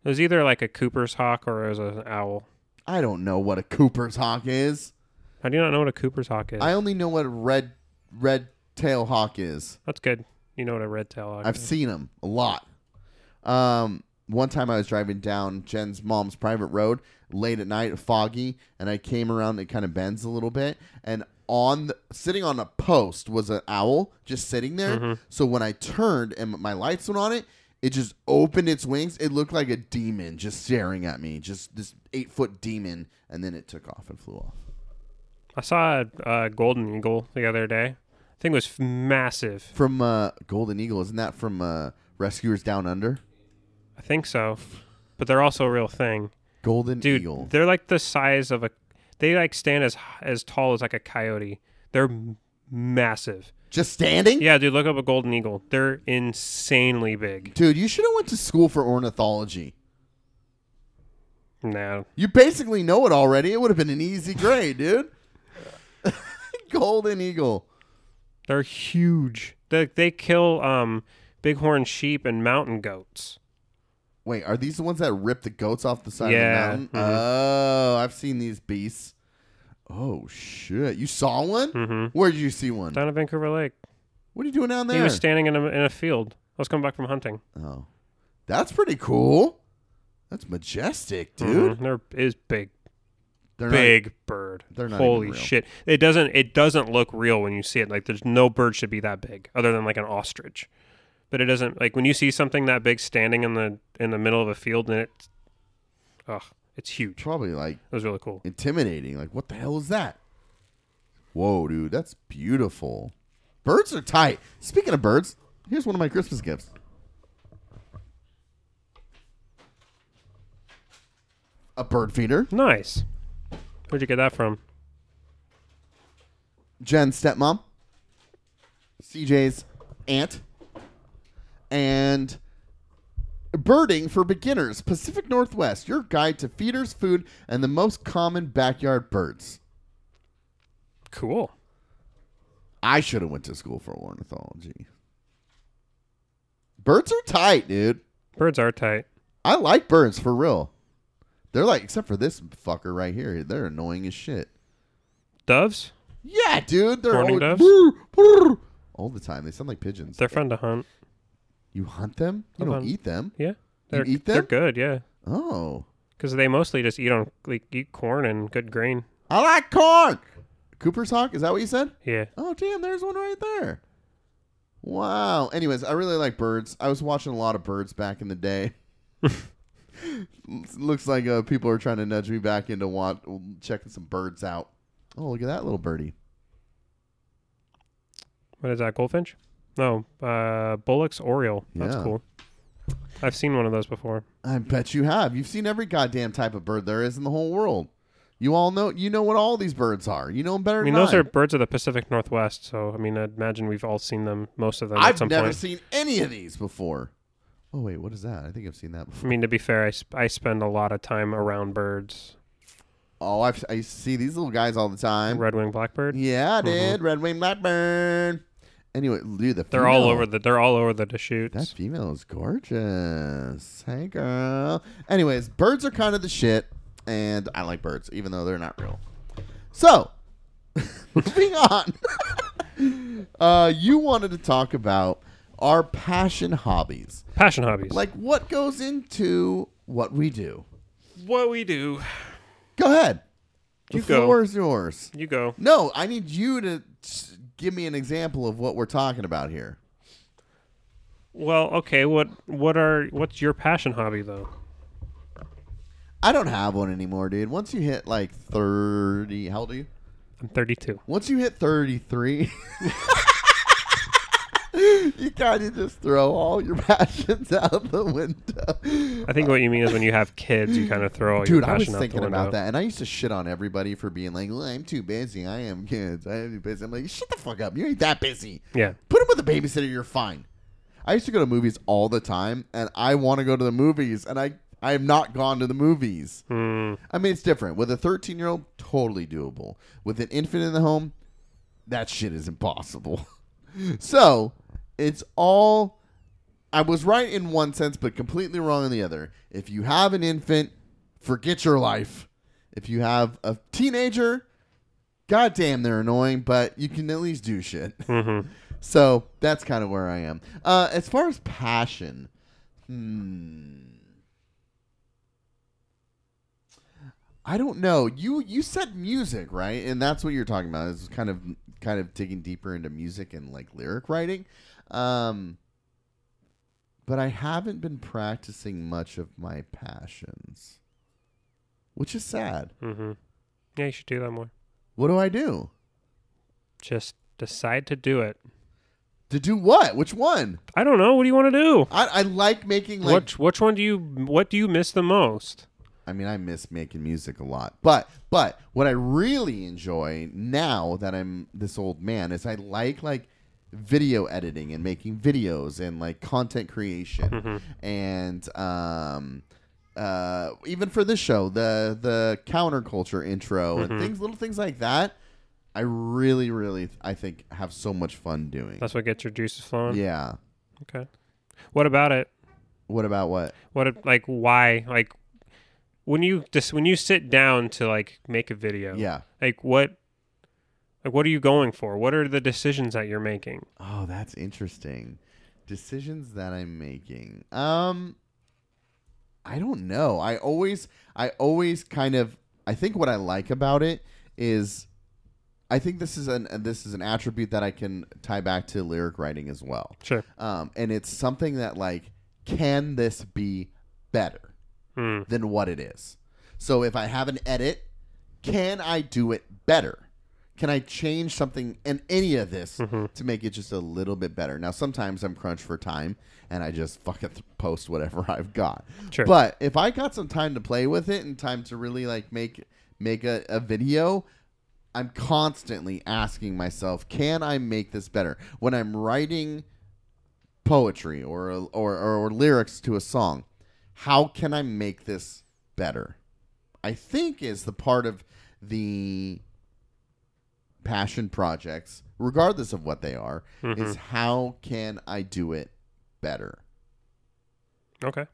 B: It was either like a Cooper's hawk or it was an owl.
A: I don't know what a Cooper's hawk is.
B: How do you not know what a Cooper's hawk is?
A: I only know what a red red tail hawk is.
B: That's good. You know what a red tail hawk
A: I've
B: is.
A: seen them a lot. Um, one time I was driving down Jen's mom's private road late at night, foggy, and I came around. It kind of bends a little bit, and on the, sitting on a post was an owl just sitting there. So when I turned and my lights went on it, it just opened its wings. It looked like a demon just staring at me, just this eight foot demon, and then it took off and flew off.
B: I saw a uh, golden eagle the other day. I think it was f- massive.
A: From uh, Golden Eagle, isn't that from uh, Rescuers Down Under?
B: I think so. But they're also a real thing.
A: Golden
B: Dude,
A: Eagle.
B: they're like the size of a they like stand as as tall as like a coyote. They're m- massive.
A: Just standing?
B: Yeah, dude, look up a golden eagle. They're insanely big.
A: Dude, you should have went to school for ornithology.
B: Nah.
A: You basically know it already. It would have been an easy grade, dude. Golden Eagle.
B: They're huge. They they kill um bighorn sheep and mountain goats.
A: Wait, are these the ones that rip the goats off the side
B: Yeah,
A: of the mountain?
B: mhm.
A: Oh, I've seen these beasts. Oh shit! You saw one?
B: Mhm.
A: Where did you see one?
B: Down at Vancouver Lake.
A: What are you doing down
B: He
A: there?
B: was standing in a, in a field. I was coming back from hunting.
A: oh, that's pretty cool. That's majestic, dude.
B: Mhm. There is big,
A: They're not-
B: big bird.
A: they're not
B: Holy
A: even real.
B: shit! It doesn't. It doesn't look real when you see it. Like there's no bird should be that big, other than like an ostrich. But it doesn't. Like when you see something that big standing in the in the middle of a field, and it's, ugh, it's huge. It
A: probably like
B: was really cool.
A: intimidating. Like, what the hell is that? Whoa, dude, that's beautiful. Birds are tight. Speaking of birds, here's one of my Christmas gifts. A bird feeder.
B: Nice. Where'd you get that from?
A: Jen's stepmom. CJ's aunt. And Birding for Beginners, Pacific Northwest, your guide to feeders, food, and the most common backyard birds.
B: Cool.
A: I should have went to school for ornithology. Birds are tight, dude.
B: Birds are tight.
A: I like birds for real. They're like, except for this fucker right here. They're annoying as shit.
B: Doves?
A: Yeah, dude. They're
B: Mourning
A: all,
B: doves?
A: brr, brr, all the time. They sound like pigeons.
B: They're fun to hunt.
A: you hunt them? You
B: Hold
A: don't
B: on.
A: eat them?
B: Yeah. They're,
A: eat
B: They're
A: them?
B: good, yeah.
A: Oh.
B: Because they mostly just eat on like eat corn and good grain.
A: I like corn. Cooper's hawk? Is that what you said?
B: Yeah.
A: Oh, damn. There's one right there. Wow. Anyways, I really like birds. I was watching a lot of birds back in the day. Looks like uh, people are trying to nudge me back into want checking some birds out. Oh, look at that little birdie.
B: What is that? Goldfinch? No. Uh, Bullock's Oriole. That's
A: Yeah.
B: cool. I've seen one of those before.
A: I bet you have. You've seen every goddamn type of bird there is in the whole world. You all know. You know what all these birds are. You know them better.
B: I mean,
A: than
B: those are birds of the Pacific Northwest. So I mean, I'd imagine we've all seen them, most of them at
A: I've
B: some
A: never
B: point.
A: seen any of these before. Oh wait, what is that? I think I've seen that before.
B: I mean, to be fair, I, sp- I spend a lot of time around birds.
A: Oh, I've, I see these little guys all the time.
B: Red winged blackbird.
A: Yeah, dude. Red winged blackbird. Anyway, dude, the
B: Mm-hmm. They're all
A: female-
B: over the. They're all over the Deschutes.
A: That female is gorgeous. Hey, girl. Anyways, birds are kind of the shit, and I like birds, even though they're not real. So, moving on. uh, you wanted to talk about our passion hobbies.
B: Passion hobbies.
A: Like, what goes into what we do?
B: what we do.
A: Go ahead.
B: You
A: the
B: go.
A: floor is yours.
B: You go.
A: No, I need you to s- give me an example of what we're talking about here.
B: Well, okay. What what are what's your passion hobby though?
A: I don't have one anymore, dude. Once you hit like 30, how old are you?
B: I'm 32.
A: Once you hit 33, you kind of just throw all your passions out the window.
B: I think what you mean is when you have kids, you kind of throw all your
A: Dude, I was
B: passion out the
A: thinking
B: window.
A: about that, and I used to shit on everybody for being like, well, I'm too busy. I am kids. I am too busy. I'm like, shut the fuck up. You ain't that busy.
B: Yeah.
A: Put him with a babysitter. You're fine. I used to go to movies all the time, and I want to go to the movies, and I I have not gone to the movies.
B: Hmm.
A: I mean, it's different. With a 13 year old, totally doable. With an infant in the home, that shit is impossible. so it's all. I was right in one sense, but completely wrong in the other. If you have an infant, forget your life. If you have a teenager, goddamn, they're annoying, but you can at least do shit. so that's kind of where I am. Uh, as far as passion, hmm. I don't know. You you said music, right? And that's what you're talking about. Is kind of kind of digging deeper into music and like lyric writing. Um but I haven't been practicing much of my passions. Which is sad.
B: Mm-hmm. Yeah, you should do that more.
A: What do I do?
B: Just decide to do it.
A: To do what? Which one?
B: I don't know. What do you want to do?
A: I, I like making like
B: which which one do you what do you miss the most?
A: I mean, I miss making music a lot. But but what I really enjoy now that I'm this old man is I like like video editing and making videos and like content creation
B: Mm-hmm.
A: and um uh even for this show the the counterculture intro and things little things like that I really really I think have so much fun doing.
B: That's what gets your juices flowing.
A: yeah.
B: Okay. What about it?
A: What about what?
B: What if- like why like when you just when you sit down to like make a video?
A: Yeah.
B: Like what? Like what are you going for? What are the decisions that you're making?
A: Oh, that's interesting. Decisions that I'm making. Um I don't know. I always I always kind of I think what I like about it is I think this is an this is an attribute that I can tie back to lyric writing as well.
B: Sure.
A: Um and it's something that like can this be better
B: Hmm.
A: than what it is? So if I have an edit, can I do it better? Can I change something in any of this
B: Mm-hmm.
A: to make it just a little bit better? Now, sometimes I'm crunched for time and I just fucking th- post whatever I've got.
B: Sure.
A: But if I got some time to play with it and time to really like make make a, a video, I'm constantly asking myself, can I make this better? When I'm writing poetry or or, or lyrics to a song, how can I make this better? I think is the part of the passion projects, regardless of what they are, is how can I do it better?
B: Okay.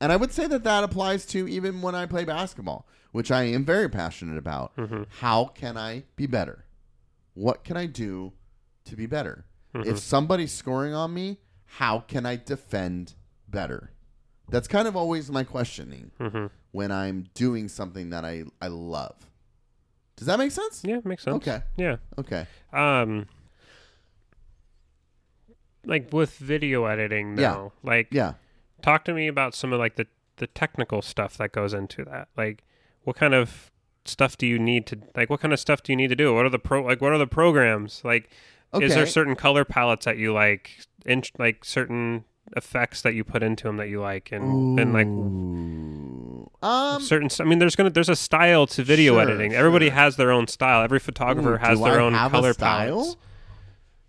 A: And I would say that that applies to even when I play basketball, which I am very passionate about.
B: Mm-hmm.
A: How can I be better? What can I do to be better?
B: Mm-hmm.
A: If somebody's scoring on me, how can I defend better? That's kind of always my questioning
B: Mm-hmm.
A: when I'm doing something that I, I love. Does that make sense?
B: Yeah, makes sense.
A: Okay.
B: Yeah.
A: Okay.
B: Um. Like with video editing,
A: Yeah.
B: though. Like,
A: Yeah.
B: talk to me about some of like the the technical stuff that goes into that. Like, what kind of stuff do you need to like? What kind of stuff do you need to do? What are the pro like? What are the programs like? Is there
A: Okay.
B: certain color palettes that you like? In, like certain effects that you put into them that you like, and and like
A: Ooh. um
B: certain i mean there's gonna there's a style to video
A: Sure,
B: editing everybody
A: sure.
B: has their own style every photographer
A: Ooh,
B: has
A: do
B: their
A: I
B: own
A: have a
B: color
A: style?
B: palettes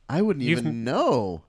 A: I wouldn't
B: You've-
A: even know.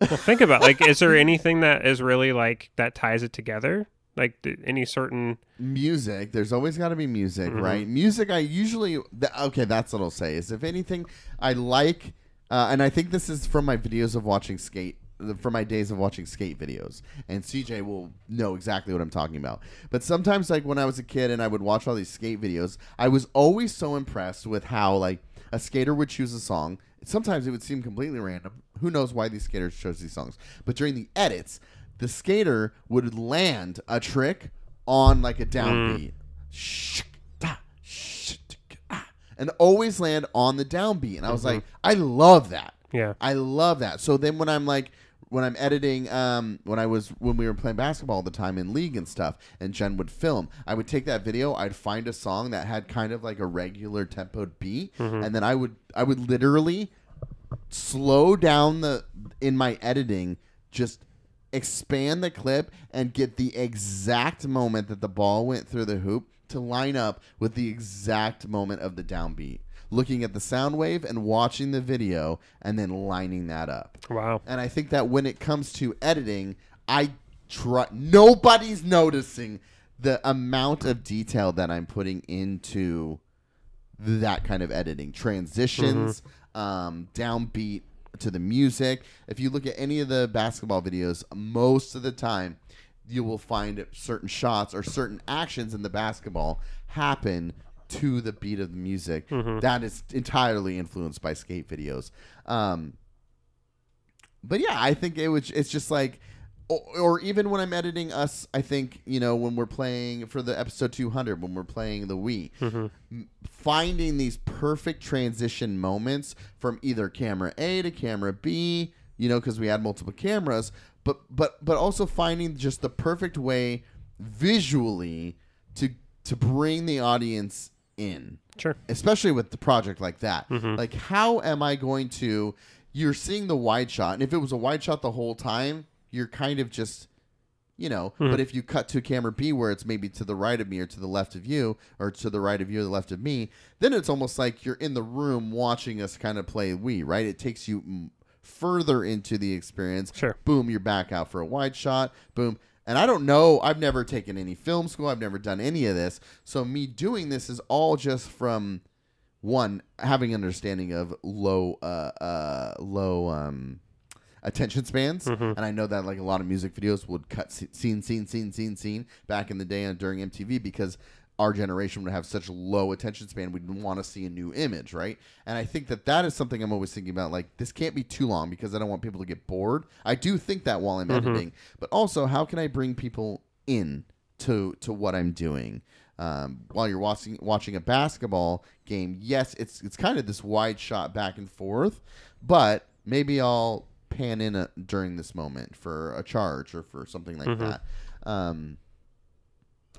B: well think about like is there anything that is really like that ties it together like th- any certain
A: Music, there's always got to be music, right? Music, I usually, th- okay, that's what I'll say is if anything, I like, uh, and I think this is from my videos of watching skate, from my days of watching skate videos, and CJ will know exactly what I'm talking about. But sometimes, like when I was a kid and I would watch all these skate videos, I was always so impressed with how, like, a skater would choose a song. Sometimes it would seem completely random. Who knows why these skaters chose these songs? But during the edits, the skater would land a trick on like a downbeat. Shk, da, shk, da, ah, And always land on the downbeat. And I was like, I love that.
B: yeah
A: I love that. So then when I'm like when I'm editing, um, when I was when we were playing basketball all the time in league and stuff, and Jen would film, I would take that video, I'd find a song that had kind of like a regular tempoed beat, and then I would I would literally slow down the in my editing, just expand the clip and get the exact moment that the ball went through the hoop to line up with the exact moment of the downbeat. Looking at the sound wave and watching the video and then lining that up.
B: wow
A: And I think that when it comes to editing, I try nobody's noticing the amount of detail that I'm putting into that kind of editing. Transitions, um, downbeat to the music. If you look at any of the basketball videos, most of the time you will find certain shots or certain actions in the basketball happen to the beat of the music. That is entirely influenced by skate videos. Um, but yeah, I think it was. It's just like, or, or even when I'm editing us, I think you know when we're playing for the episode 200, when we're playing the Wii, m- finding these perfect transition moments from either camera A to camera B, you know, because we had multiple cameras, but but but also finding just the perfect way visually to to bring the audience in
B: sure
A: especially with the project like that. Like, how am I going to? You're seeing the wide shot, and if it was a wide shot the whole time, you're kind of just, you know. But if you cut to camera B, where it's maybe to the right of me or to the left of you, or to the right of you or the left of me, then it's almost like you're in the room watching us kind of play we right. It takes you mm, further into the experience.
B: Sure.
A: Boom, you're back out for a wide shot. Boom. And I don't know. I've never taken any film school. I've never done any of this. So me doing this is all just from one having an understanding of low uh uh low um attention spans and i know that like a lot of music videos would cut sce- scene scene scene scene scene back in the day and during mtv because our generation would have such low attention span we'd want to see a new image right and i think that that is something i'm always thinking about like this can't be too long because i don't want people to get bored i do think that while i'm editing but also how can i bring people in to to what i'm doing um, while you're watching watching a basketball game, yes, it's it's kind of this wide shot back and forth, but maybe I'll pan in a, during this moment for a charge or for something like
B: Mm-hmm.
A: that. Um,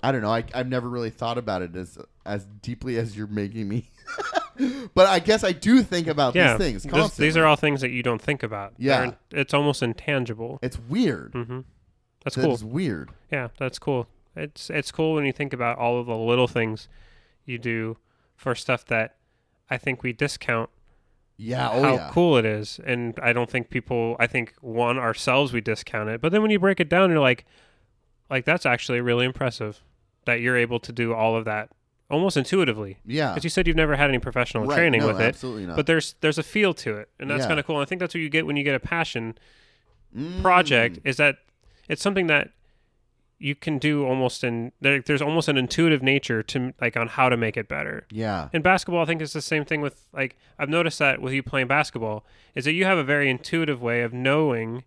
A: I don't know. I, I've never really thought about it as as deeply as you're making me, but I guess I do think about
B: yeah
A: these things.
B: This-
A: Constantly.
B: these are all things that you don't think about
A: Yeah.
B: They're- it's almost intangible Mm-hmm.
A: it's weird.
B: that's
A: That
B: Mm, cool
A: is weird.
B: yeah that's cool it's it's cool when you think about all of the little things you do for stuff that i think we discount
A: Yeah. Oh
B: how
A: yeah.
B: cool it is. And I don't think people, I think one, ourselves, we discount it. But then when you break it down, you're like, like, that's actually really impressive that you're able to do all of that almost intuitively
A: Yeah.
B: because you said you've never had any professional
A: Right,
B: training
A: no,
B: with it.
A: absolutely not.
B: But there's there's a feel to it, and that's
A: Yeah.
B: kind of cool. And I think that's what you get when you get a passion
A: Mm.
B: project is that it's something that you can do almost in there, there's almost an intuitive nature to like on how to make it better.
A: Yeah.
B: In basketball, I think it's the same thing with like I've noticed that with you playing basketball is that you have a very intuitive way of knowing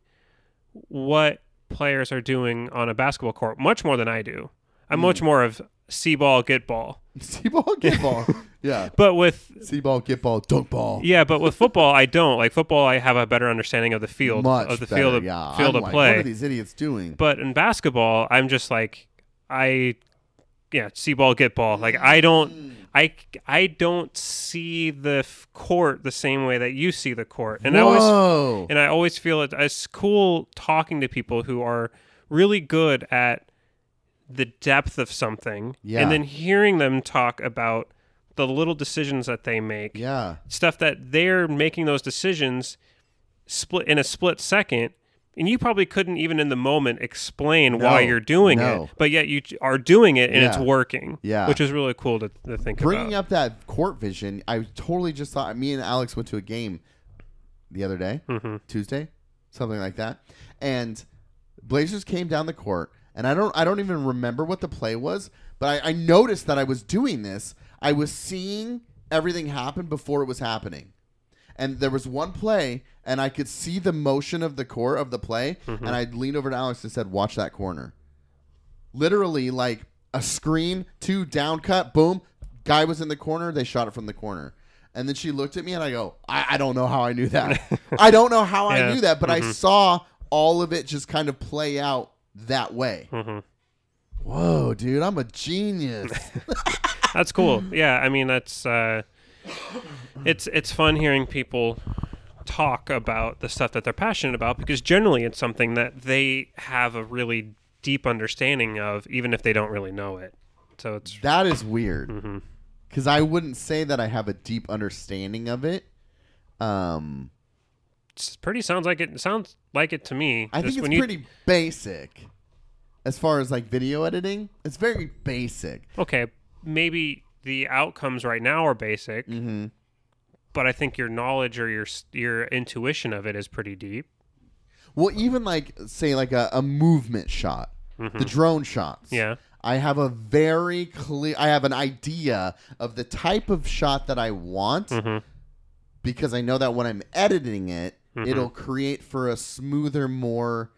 B: what players are doing on a basketball court much more than I do. I'm much more of see ball, get ball.
A: See ball, get ball. yeah.
B: But with
A: See ball, get ball, dunk ball.
B: Yeah, but with football, I don't like football. I have a better understanding of the field
A: Much
B: of the
A: better,
B: field of,
A: yeah.
B: field
A: I'm
B: of
A: like, What
B: play.
A: are these idiots doing?
B: But in basketball, I'm just like I, yeah, see ball, get ball. Like I don't, I, I don't see the f- court the same way that you see the court, and I always
A: Whoa.
B: and I always feel it. It's cool talking to people who are really good at the depth of something,
A: Yeah.
B: and then hearing them talk about the little decisions that they make
A: yeah.
B: stuff that they're making those decisions split in a split second and you probably couldn't even in the moment explain why
A: No,
B: you're doing
A: no.
B: it but yet you j- are doing it and it's
A: Yeah.
B: working
A: Yeah.
B: which is really cool to, to think
A: Bringing
B: about
A: up that court vision, I totally just thought. Me and Alex went to a game the other day,
B: Mm-hmm.
A: Tuesday, something like that, and Blazers came down the court, and I don't, I don't even remember what the play was, but I, I noticed that I was doing this. I was seeing everything happen before it was happening. And there was one play, and I could see the motion of the core of the play, and I leaned over to Alex and said, "Watch that corner." literally like a screen, two down cut, boom. Guy was in the corner. They shot it from the corner. And then she looked at me and I go, I, I don't know how I knew that. I don't know how
B: Yeah.
A: I knew that, but I saw all of it just kind of play out that way.
B: Mhm.
A: Whoa, dude, I'm a genius.
B: that's cool yeah i mean that's uh it's it's fun hearing people talk about the stuff that they're passionate about because generally it's something that they have a really deep understanding of even if they don't really know it so it's
A: That is weird.
B: Mm-hmm.
A: Cuz I wouldn't say that I have a deep understanding of it. Um
B: it's pretty sounds like it sounds like it to me
A: I
B: Just
A: think
B: when
A: it's
B: you-
A: pretty basic as far as like video editing. It's very basic.
B: okay, maybe the outcomes right now are basic,
A: Mhm.
B: but I think your knowledge or your s- your intuition of it is pretty deep.
A: Well, even like say like a, a movement shot, the drone shots.
B: Mm-hmm. Yeah.
A: I have a very clear. I have an idea of the type of shot that I want because I know that when I'm editing it, it'll create for a smoother, more,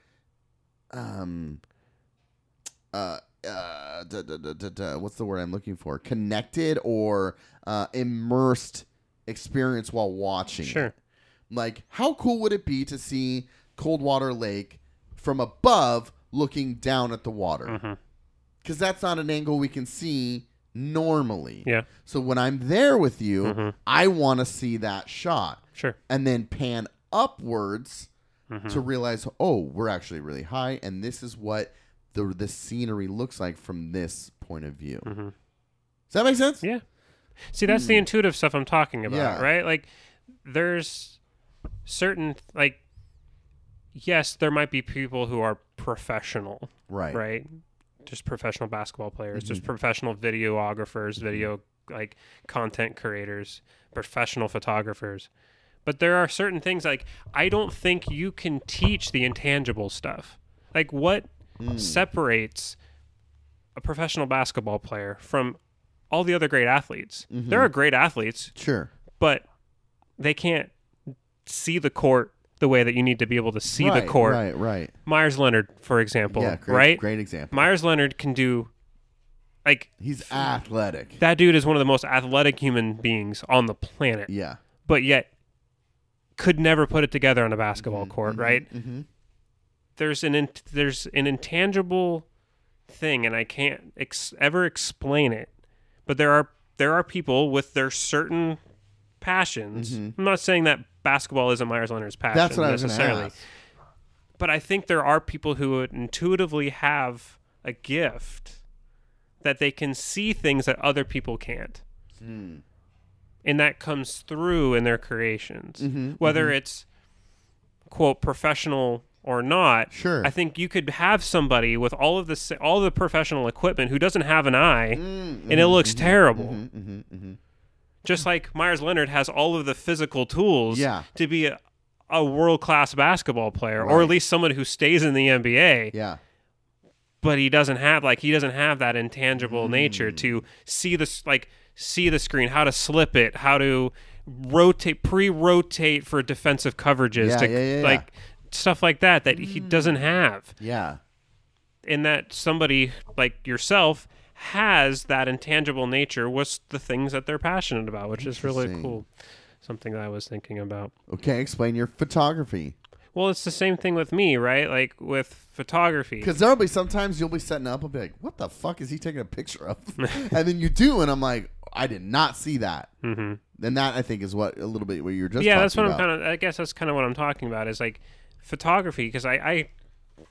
A: um, uh, uh, duh, duh, duh, duh, duh, what's the word I'm looking for? Connected or uh, immersed experience while watching. it.
B: Sure.
A: Like, how cool would it be to see Coldwater Lake from above looking down at the
B: Mm-hmm.
A: water? Because that's not an angle we can see normally.
B: Yeah. Mm-hmm.
A: So when I'm there with you, I want to see that shot
B: Sure.
A: and then pan upwards
B: Mm-hmm.
A: to realize, oh, we're actually really high, and this is what the the scenery looks like from this point of view. Does that make sense?
B: Mm-hmm. Yeah. See, that's the intuitive stuff I'm talking about,
A: Yeah.
B: right? Like, there's certain like, yes, there might be people who are professional,
A: Right. Mm-hmm.
B: right? Just professional basketball players, just professional videographers, video like content creators, professional photographers. But there are certain things like I don't think you can teach the intangible stuff. Like what
A: Hmm.
B: separates a professional basketball player from all the other great athletes?
A: Mm-hmm.
B: There are great athletes,
A: Sure.
B: but they can't see the court the way that you need to be able to see
A: right,
B: the court.
A: Right. Right.
B: Myers Leonard, for example,
A: Yeah. Great,
B: right?
A: Great example.
B: Myers Leonard can do like
A: He's athletic.
B: that dude is one of the most athletic human beings on the planet,
A: Yeah.
B: but yet could never put it together on a basketball court, right?
A: Mm-hmm.
B: There's an in, there's an intangible thing and I can't ex- ever explain it. But there are there are people with their certain passions. I'm not saying that basketball isn't Myers Leonard's passion
A: Mm-hmm. That's what I was going to
B: necessarily.
A: ask.
B: but I think there are people who would intuitively have a gift that they can see things that other people can't.
A: Hmm.
B: And that
A: Mm-hmm,
B: comes through in their creations. Whether it's, quote, professional or not.
A: Sure.
B: I think you could have somebody with all of this, all the professional equipment who doesn't have an eye,
A: Mm,
B: and it
A: mm-hmm,
B: looks terrible. Just like Myers Leonard has all of the physical tools
A: Yeah.
B: to be a, a world class basketball player, or
A: Right.
B: at least someone who stays in the NBA.
A: Yeah.
B: But he doesn't have like he doesn't have that intangible nature
A: Mm.
B: to see this like see the screen, how to slip it, how to rotate pre-rotate for defensive coverages,
A: Yeah,
B: to
A: yeah, yeah, yeah.
B: like stuff like that that he doesn't have
A: Yeah.
B: in that somebody like yourself has that intangible nature was the things that they're passionate about, which is really
A: Interesting.
B: cool. Something that I was thinking about.
A: Okay. Explain your photography.
B: Well, it's the same thing with me, right? Like with photography.
A: Because there'll be sometimes you'll be setting up and be like, "What the fuck is he taking a picture of?" and then you do, and I'm like, "I did not see that."
B: Mm-hmm.
A: And that I think is what a little bit what you were just
B: Yeah, that's what
A: talking
B: I'm
A: about.
B: kind of. I guess that's kind of what I'm talking about is like photography because I, I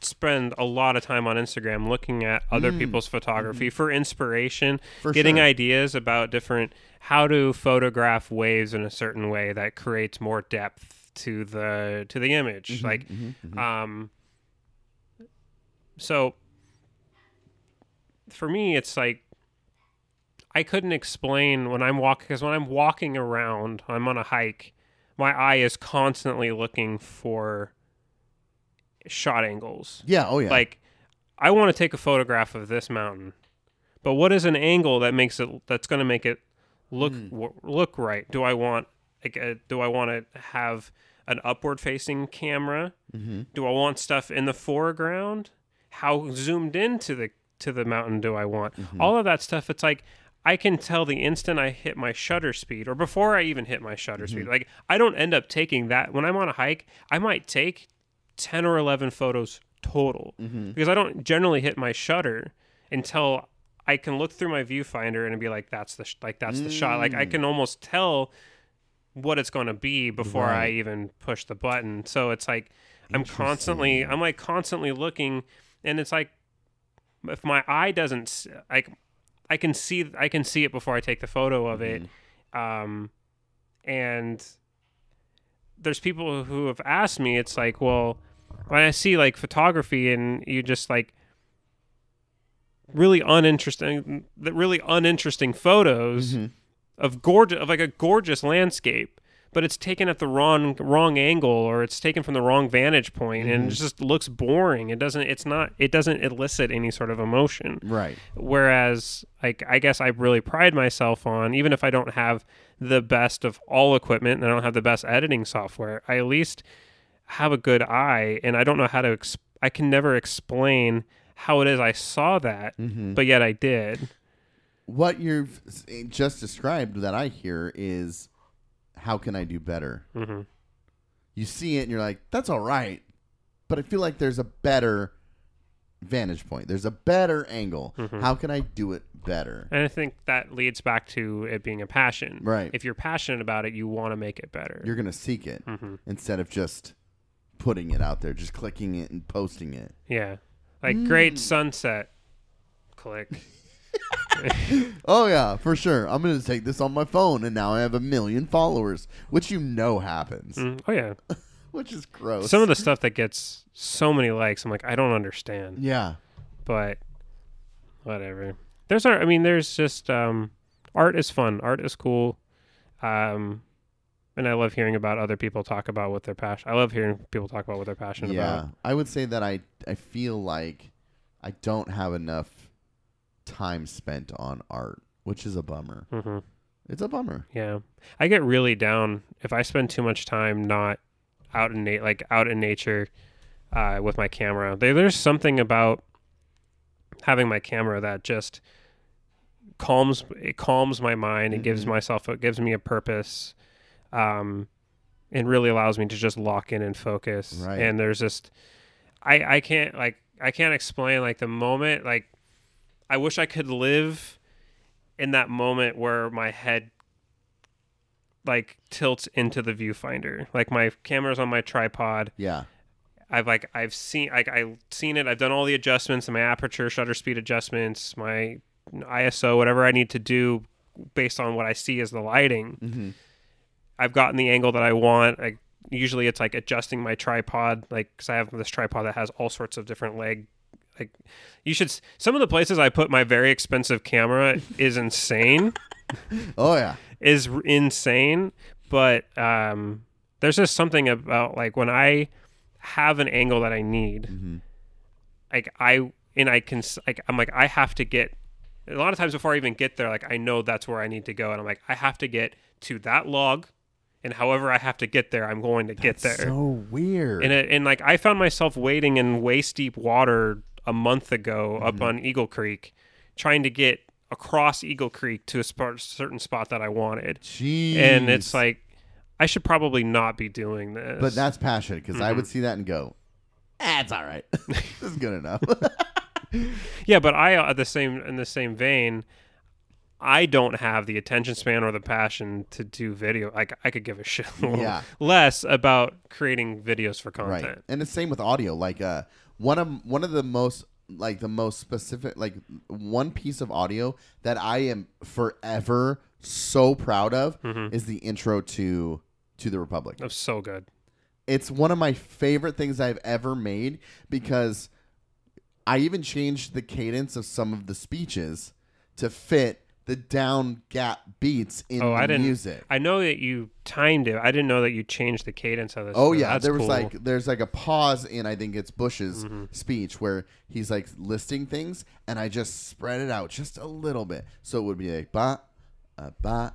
B: spend a lot of time on Instagram looking at other people's photography for inspiration,
A: Mm. Mm-hmm. For
B: getting
A: sure.
B: ideas about different how to photograph waves in a certain way that creates more depth to the to the image.
A: Mm-hmm,
B: like, um, so for me, it's like. I couldn't explain when I'm walking because when I'm walking around, I'm on a hike. My eye is constantly looking for shot angles.
A: yeah. Oh yeah.
B: Like, I want to take a photograph of this mountain, but what is an angle that makes it that's going to make it look
A: Hmm.
B: w- look right? Do I want like uh, do I want to have an upward facing camera?
A: Mhm.
B: Do I want stuff in the foreground? How zoomed into the to the mountain do I want?
A: Mm-hmm.
B: All of that stuff. It's like I can tell the instant I hit my shutter speed or before I even hit my shutter
A: Mm-hmm.
B: speed. Like I don't end up taking that when I'm on a hike. I might take ten or eleven photos total because I don't generally hit my shutter until I can look through my viewfinder and be like, "That's the sh- like that's the shot." Like I can almost tell what it's going to be before I
A: Right.
B: even push the button. So it's like I'm constantly I'm like constantly looking and it's like if my eye doesn't s- like I can see I can see it before I take the photo of it um and there's people who have asked me it's like well when I see like photography and you just like really uninteresting the really uninteresting photos of gorgeous of like a gorgeous landscape but it's taken at the wrong wrong angle or it's taken from the wrong vantage point and it just looks boring it doesn't it's not it doesn't elicit any sort of emotion
A: right.
B: whereas like i guess i really pride myself on even if i don't have the best of all equipment and i don't have the best editing software i at least have a good eye and i don't know how to ex- i can never explain how it is i saw that
A: Mm-hmm.
B: but yet i did
A: What you've s- just described that I hear is, how can I do better?
B: Mhm.
A: You see it and you're like, "That's all right," but I feel like there's a better vantage point. There's a better angle.
B: Mm-hmm.
A: How can I do it better?
B: and i think that leads back to it being a passion
A: Right.
B: if you're passionate about it you want to make it better
A: You're gonna seek it
B: Mhm.
A: instead of just putting it out there, just clicking it and posting it.
B: yeah like great
A: Mm.
B: sunset click
A: Oh yeah, for sure. I'm gonna take this on my phone, and now I have a million followers, which you know happens,
B: Mm, oh yeah
A: which is gross.
B: some of the stuff that gets so many likes i'm like i don't understand
A: yeah,
B: but whatever. There's art. I mean, there's just um, art is fun. Art is cool. Um, and I love hearing about other people talk about what they're passionate. I love hearing people talk about what they're passionate
A: yeah.
B: about.
A: I would say that I I feel like I don't have enough time spent on art, which is a bummer.
B: Mm-hmm.
A: It's a bummer.
B: Yeah, I get really down if I spend too much time not out in na- like out in nature uh, with my camera. There, there's something about having my camera that just calms it calms my mind. It gives myself it gives me a purpose, um, and really allows me to just lock in and focus.
A: Right.
B: And there's just I I can't like I can't explain like the moment like I wish I could live in that moment where my head like tilts into the viewfinder. Like my camera's on my tripod.
A: Yeah,
B: I've like I've seen like I've seen it. I've done all the adjustments, my aperture, shutter speed adjustments, my ISO, whatever I need to do based on what I see as the lighting.
A: Mhm.
B: I've gotten the angle that I want. I usually it's like adjusting my tripod, like because I have this tripod that has all sorts of different leg. Like, you should. s- Some of the places I put my very expensive camera is insane.
A: Oh yeah.
B: is r- insane, but um, there's just something about like when I have an angle that I need, like I and I can s- like I'm like I have to get a lot of times before I even get there, like I know that's where I need to go, and I'm like I have to get to that log, and however I have to get there, I'm going to get there.
A: So weird.
B: And it, and like I found myself wading in waist deep water a month ago up on Eagle Creek, trying to get across Eagle Creek to a spot, certain spot that I wanted,
A: Jeez.
B: and it's like I should probably not be doing this.
A: But that's passion because I
B: Mm-hmm.
A: would see that and go, ah, it's all right. this is good enough.
B: yeah, but I uh, the same in the same vein. I don't have the attention span or the passion to do video. Like I could give a shit
A: Yeah.
B: less about creating videos for content.
A: right. And it's same with audio. Like uh, one of one of the most like the most specific like one piece of audio that I am forever so proud of
B: Mm-hmm.
A: is the intro to to the Republic.
B: That's so good.
A: it's one of my favorite things I've ever made because I even changed the cadence of some of the speeches to fit the down gap beats in
B: Oh,
A: the
B: I didn't.
A: music.
B: I know that you timed it. I didn't know that you changed the cadence of this.
A: Oh
B: but
A: yeah,
B: that's
A: there was
B: cool. Mm-hmm.
A: like there's like a pause in I think it's Bush's speech where he's like listing things, and I just spread it out just a little bit, so it would be like ba, a ba,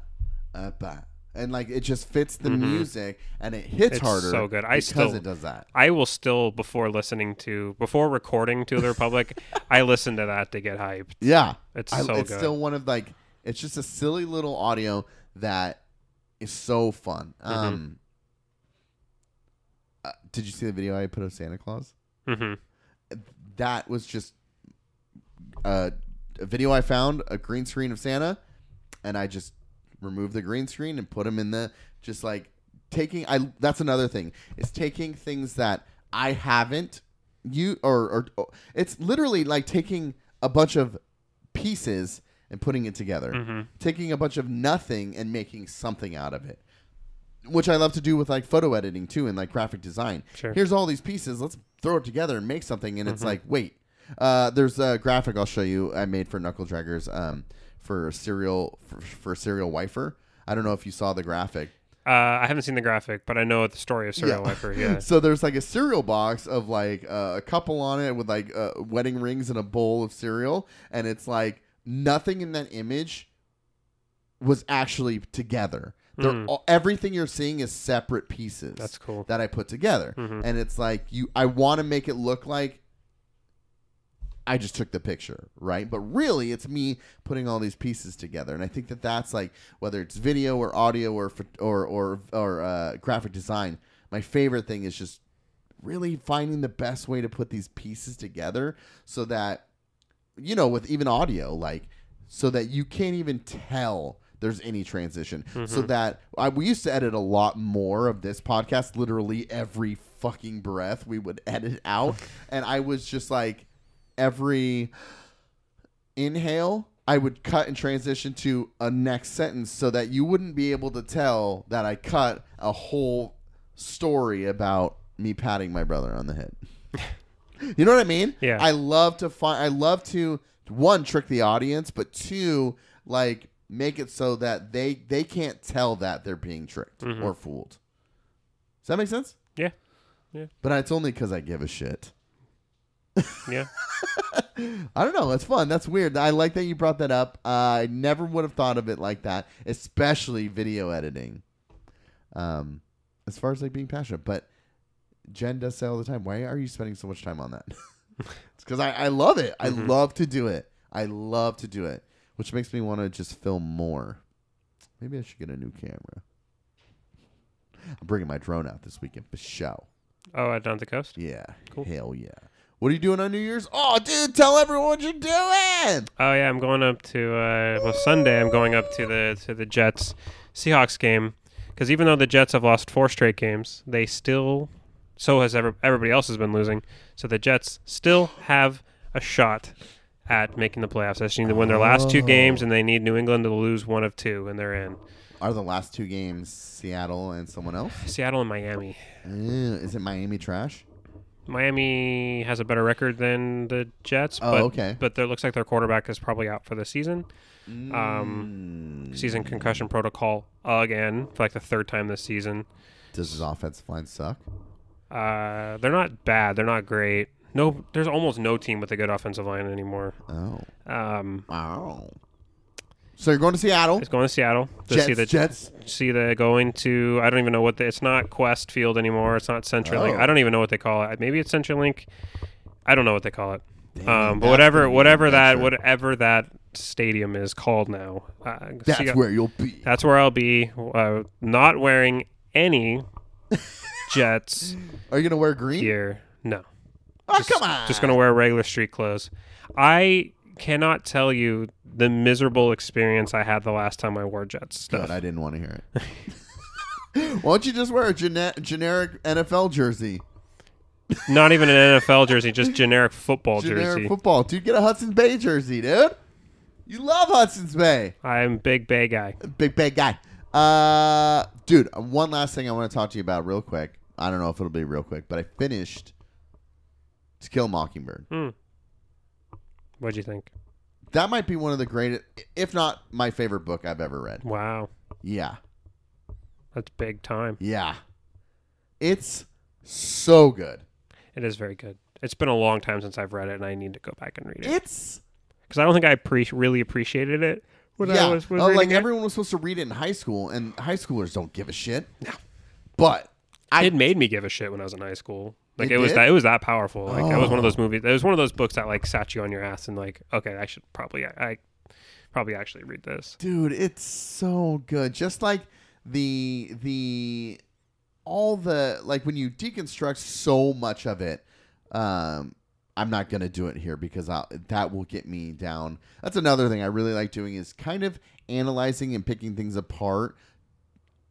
A: a ba, and like it just fits the music, and it hits
B: Mm-hmm. It's
A: harder.
B: so good. I
A: because
B: still-
A: it does that.
B: I will still before listening to before recording to the Republic, I listen to that to get hyped.
A: Yeah,
B: It's so
A: it's
B: good.
A: still one of like it's just a silly little audio that is so fun.
B: Mm-hmm.
A: Um, uh, did you see the video I put of Santa Claus?
B: hmm
A: That was just uh, a video I found a green screen of Santa, and I just removed the green screen and put him in the just like taking. I that's another thing is taking things that I haven't you or, or or- it's literally like taking a bunch of pieces and putting it together taking a bunch of nothing and making something out of it which i love to do with like photo editing too and like graphic design
B: Sure. Mm-hmm.
A: here's all these pieces let's throw it together and make something and it's like wait uh, there's a graphic i'll show you i made for knuckle draggers um, for serial for, for serial wifer i don't know if you saw the graphic
B: Uh, I haven't seen the graphic, but I know the story of Serial Wiper. Yeah,
A: so there's like a cereal box of like uh, a couple on it with like uh, wedding rings and a bowl of cereal, and it's like nothing in that image was actually together. They're all, everything you're seeing is separate pieces.
B: Mm. That's cool.
A: That I put together,
B: Mhm.
A: and it's like you. I want to make it look like I just took the picture, right? But really, it's me putting all these pieces together, and I think that that's like whether it's video or audio or pho- or or or uh, graphic design. My favorite thing is just really finding the best way to put these pieces together so that you know with even audio like so that you can't even tell there's any transition so that I, we used to edit a lot more of this podcast literally every fucking breath we would edit out and i was just like every inhale i would cut and transition to a next sentence so that you wouldn't be able to tell that i cut a whole story about me patting my brother on the head you know what i mean
B: Yeah.
A: i love to find i love to one trick the audience but two like make it so that they they can't tell that they're being tricked or fooled does that make sense
B: yeah,
A: but it's only because i give a shit
B: yeah.
A: I don't know. That's fun. That's weird. I like that you brought that up. I never would have thought of it like that, especially video editing. Um, as far as like being passionate, but Jen does say all the time, "Why are you spending so much time on that?" it's because I, I love it. I love to do it. I love to do it, which makes me want to just film more. Maybe I should get a new camera. I'm bringing my drone out this weekend for show.
B: Oh, at down the coast.
A: Yeah.
B: Cool.
A: Hell yeah. What are you doing on New Year's? Oh, dude, tell everyone what you're doing.
B: Oh yeah, I'm going up to uh, well Sunday. I'm going up to the to the Jets Seahawks game because even though the Jets have lost four straight games, they still so has ever, everybody else has been losing. So the Jets still have a shot at making the playoffs. They just need to win their last two games, and they need New England to lose one of two, and they're in.
A: Are the last two games Seattle and someone else?
B: Seattle and Miami.
A: Uh, is it Miami trash?
B: Miami has a better record than the Jets.
A: Oh,
B: but,
A: okay.
B: But there looks like their quarterback is probably out for the season. Um,
A: Mm.
B: Season concussion protocol again for like the third time this season.
A: Does his offensive line suck?
B: Uh, they're not bad. They're not great. No, there's almost no team with a good offensive line anymore.
A: Oh.
B: Um,
A: Wow. So you're going to Seattle.
B: it's going to Seattle to
A: Jets,
B: see the
A: Jets.
B: see the going to. I don't even know what the, it's not Quest Field anymore. It's not CenturyLink.
A: Oh.
B: I don't even know what they call it. Maybe it's CenturyLink. I don't know what they call it.
A: Dang,
B: Um, but
A: that's
B: whatever,
A: gonna be
B: whatever that,
A: adventure.
B: whatever that stadium is called now, uh,
A: That's
B: Seah-
A: where you'll be.
B: that's where I'll be. Uh, not wearing any Jets
A: Are you gonna wear green?
B: gear. No,
A: Oh,
B: just,
A: come on.
B: Just gonna wear regular street clothes. I cannot tell you the miserable experience I had the last time I wore Jets
A: Good.
B: stuff.
A: I didn't want to hear it. Why don't you just wear a gene- generic NFL jersey?
B: Not even an NFL jersey, just generic football
A: generic
B: jersey.
A: football, dude. Get a Hudson's Bay jersey, dude. You love Hudson's Bay.
B: I'm big bay guy.
A: Big bad guy. Uh, dude. One last thing I want to talk to you about real quick. I don't know if it'll be real quick, but I finished To Kill a Mockingbird.
B: What'd you think?
A: That might be one of the greatest, if not my favorite book I've ever read.
B: Wow,
A: Yeah.
B: that's big time.
A: Yeah. It's so good.
B: It is very good. It's been a long time since I've read it, and I need to go back and read it
A: It's
B: because I don't think I pre- really appreciated it when
A: yeah.
B: I was, was
A: Oh, like
B: reading it.
A: everyone was supposed to read it in high school, and high schoolers don't give a shit. No. But I
B: it made me give a shit when I was in high school. Like
A: It
B: it, was
A: did?
B: that it was that powerful. Like it was one
A: Oh.
B: of those movies. It was one of those books that like sat you on your ass and like, okay, I should probably I, I probably actually read this.
A: dude it's so good just like the the all the like when you deconstruct so much of it um i'm not gonna do it here because I'll, that will get me down that's another thing i really like doing is kind of analyzing and picking things apart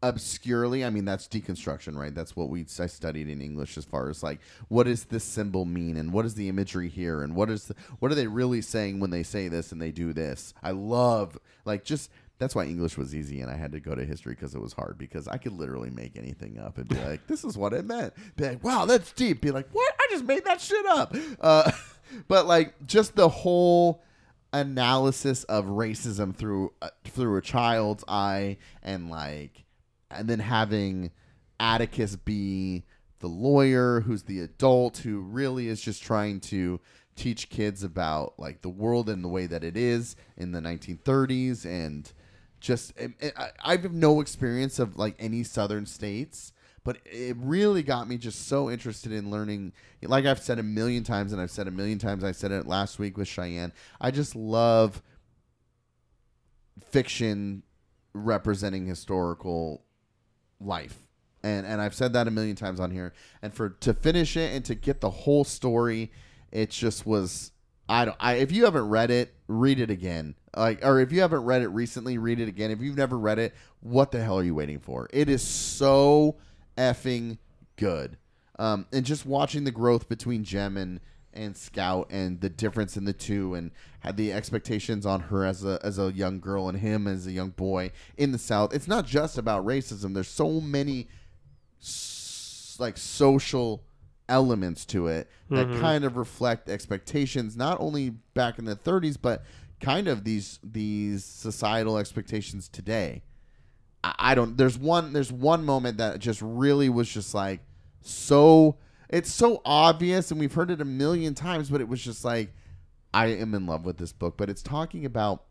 A: obscurely i mean that's deconstruction right that's what we i studied in english as far as like what does this symbol mean and what is the imagery here and what is the, what are they really saying when they say this and they do this i love like just that's why english was easy and i had to go to history because it was hard because i could literally make anything up and be like this is what it meant be like wow that's deep be like what i just made that shit up uh, but like just the whole analysis of racism through uh, through a child's eye and like and then having Atticus be the lawyer who's the adult who really is just trying to teach kids about like the world and the way that it is in the 1930s and just and- and I, I have no experience of like any southern states but it really got me just so interested in learning like i've said a million times and i've said a million times i said it last week with cheyenne i just love fiction representing historical life. And and I've said that a million times on here. And for to finish it and to get the whole story, it just was I don't I if you haven't read it, read it again. Like or if you haven't read it recently, read it again. If you've never read it, what the hell are you waiting for? It is so effing good. Um, and just watching the growth between Gem and and Scout and the difference in the two and had the expectations on her as a as a young girl and him as a young boy in the South. It's not just about racism. There's so many s- like social elements to it that kind of reflect expectations not only back in the 30s but kind of these these societal expectations today. I, I don't there's one there's one moment that just really was just like so it's so obvious and we've heard it a million times but it was just like I am in love with this book but it's talking about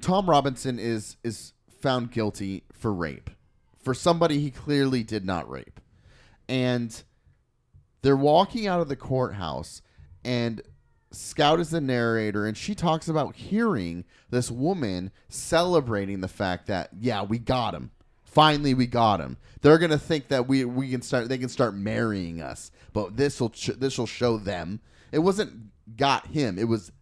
A: Tom Robinson is is found guilty for rape for somebody he clearly did not rape and they're walking out of the courthouse and Scout is the narrator and she talks about hearing this woman celebrating the fact that yeah, we got him. Finally we got him. They're going to think that we we can start they can start marrying us. But this will ch- this will show them. It wasn't got him. It was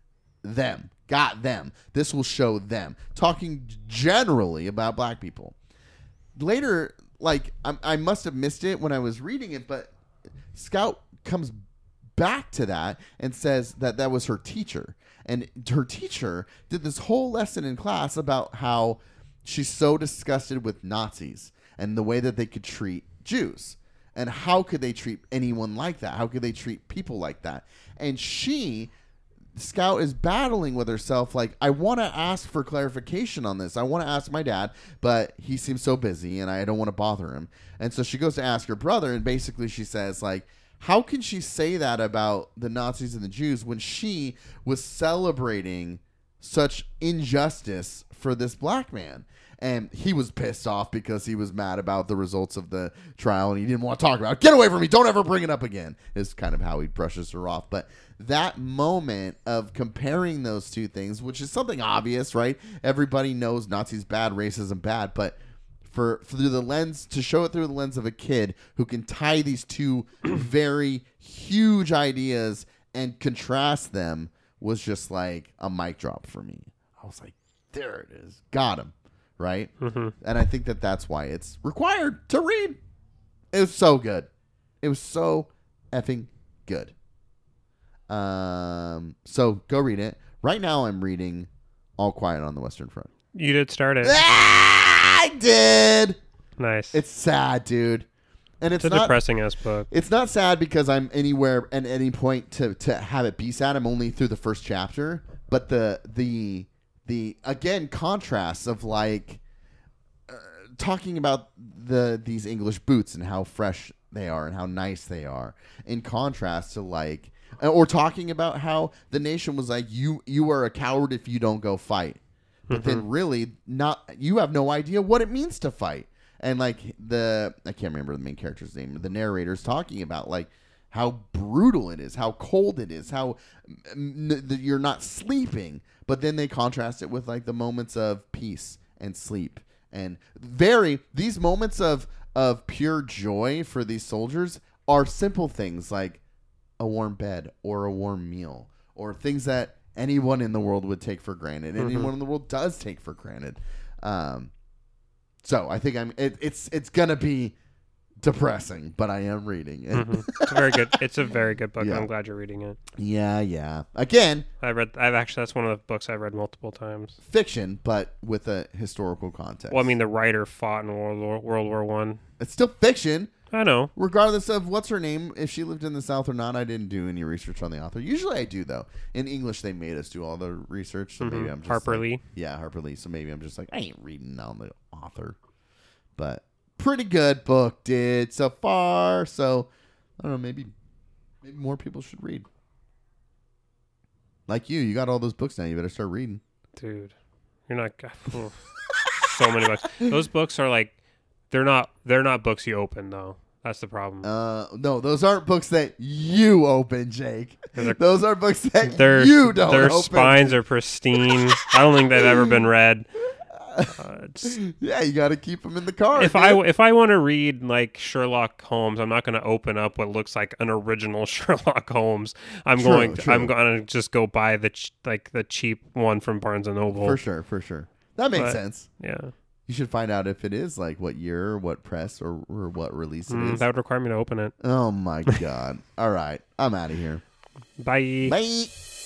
A: them. Got them. This will show them. Talking generally about black people later, like I, I must have missed it when I was reading it, but Scout comes back to that and says that that was her teacher. And her teacher did this whole lesson in class about how she's so disgusted with Nazis and the way that they could treat Jews. And how could they treat anyone like that? How could they treat people like that? And she Scout is battling with herself. Like, I want to ask for clarification on this. I want to ask my dad, but he seems so busy and I don't want to bother him. And so she goes to ask her brother, and basically she says, like, how can she say that about the Nazis and the Jews when she was celebrating such injustice for this black man? And he was pissed off because he was mad about the results of the trial and he didn't want to talk about it. Get away from me. Don't ever bring it up again, is kind of how he brushes her off. But that moment of comparing those two things, which is something obvious, right? Everybody knows Nazis bad, racism bad, but for through the lens to show it through the lens of a kid who can tie these two very huge ideas and contrast them was just like a mic drop for me. I was like, there it is, got him, right? And I think that that's why it's required to read. It was so good. It was so effing good. Um, so go read it. Right now, I'm reading All Quiet on the Western Front.
B: You did start it.
A: Ah, I did.
B: Nice. It's,
A: It's sad, dude, and it's,
B: a
A: not.
B: depressing ass book.
A: It's not sad because I'm anywhere at any point to to have it be sad. I'm only through the first chapter, but the the the again contrasts of like uh, talking about the these English boots and how fresh they are and how nice they are, in contrast to like uh, or talking about how the nation was like you you are a coward if you don't go fight but then really not you have no idea what it means to fight and like the i can't remember the main character's name the narrator's talking about like how brutal it is how cold it is how mm, n- that you're not sleeping but then they contrast it with like the moments of peace and sleep and very these moments of of pure joy for these soldiers are simple things like a warm bed or a warm meal or things that anyone in the world would take for granted and anyone in the world does take for granted um so i think i'm it, it's it's gonna be depressing but i am reading it
B: Mhm. It's a very good. It's a very good book.
A: Yeah.
B: I'm glad you're reading it.
A: yeah yeah again
B: I read. I've actually. That's one of the books I've read multiple times.
A: fiction but with a historical context
B: Well, I mean, the writer fought in World War World War One.
A: it's still fiction
B: I. know.
A: regardless of what's her name, if she lived in the South or not, I didn't do any research on the author. Usually I do though. In English, they made us do all the research, so maybe
B: Mhm.
A: I'm just
B: Harper
A: like-
B: Lee.
A: Yeah, Harper Lee. So maybe I'm just like I ain't reading on the author, but pretty good book did so far. So I don't know, maybe maybe more people should read. Like you, you got all those books now. You better start reading.
B: dude you're not oh, so many books those books are like they're not they're not books you open though that's the problem
A: Uh, no, those aren't books that you open, Jake.
B: They're-
A: Those are books that
B: their
A: you don't
B: their
A: open.
B: spines are pristine i don't think they've ever been read uh, it's-
A: Yeah, you got to keep them in the car.
B: if I
A: dude.
B: if I want to read like Sherlock Holmes, I'm not going to open up what looks like an original Sherlock Holmes. I'm
A: True,
B: going to,
A: true.
B: I'm going to just go buy the ch- like the cheap one from Barnes and Noble.
A: for sure, for sure, that makes
B: But-
A: sense.
B: Yeah,
A: You should find out if it is like what year, or what press, or, or what release it
B: Mm,
A: is.
B: that would require me to open it.
A: oh my god! All right, I'm out of here.
B: Bye.
A: Bye.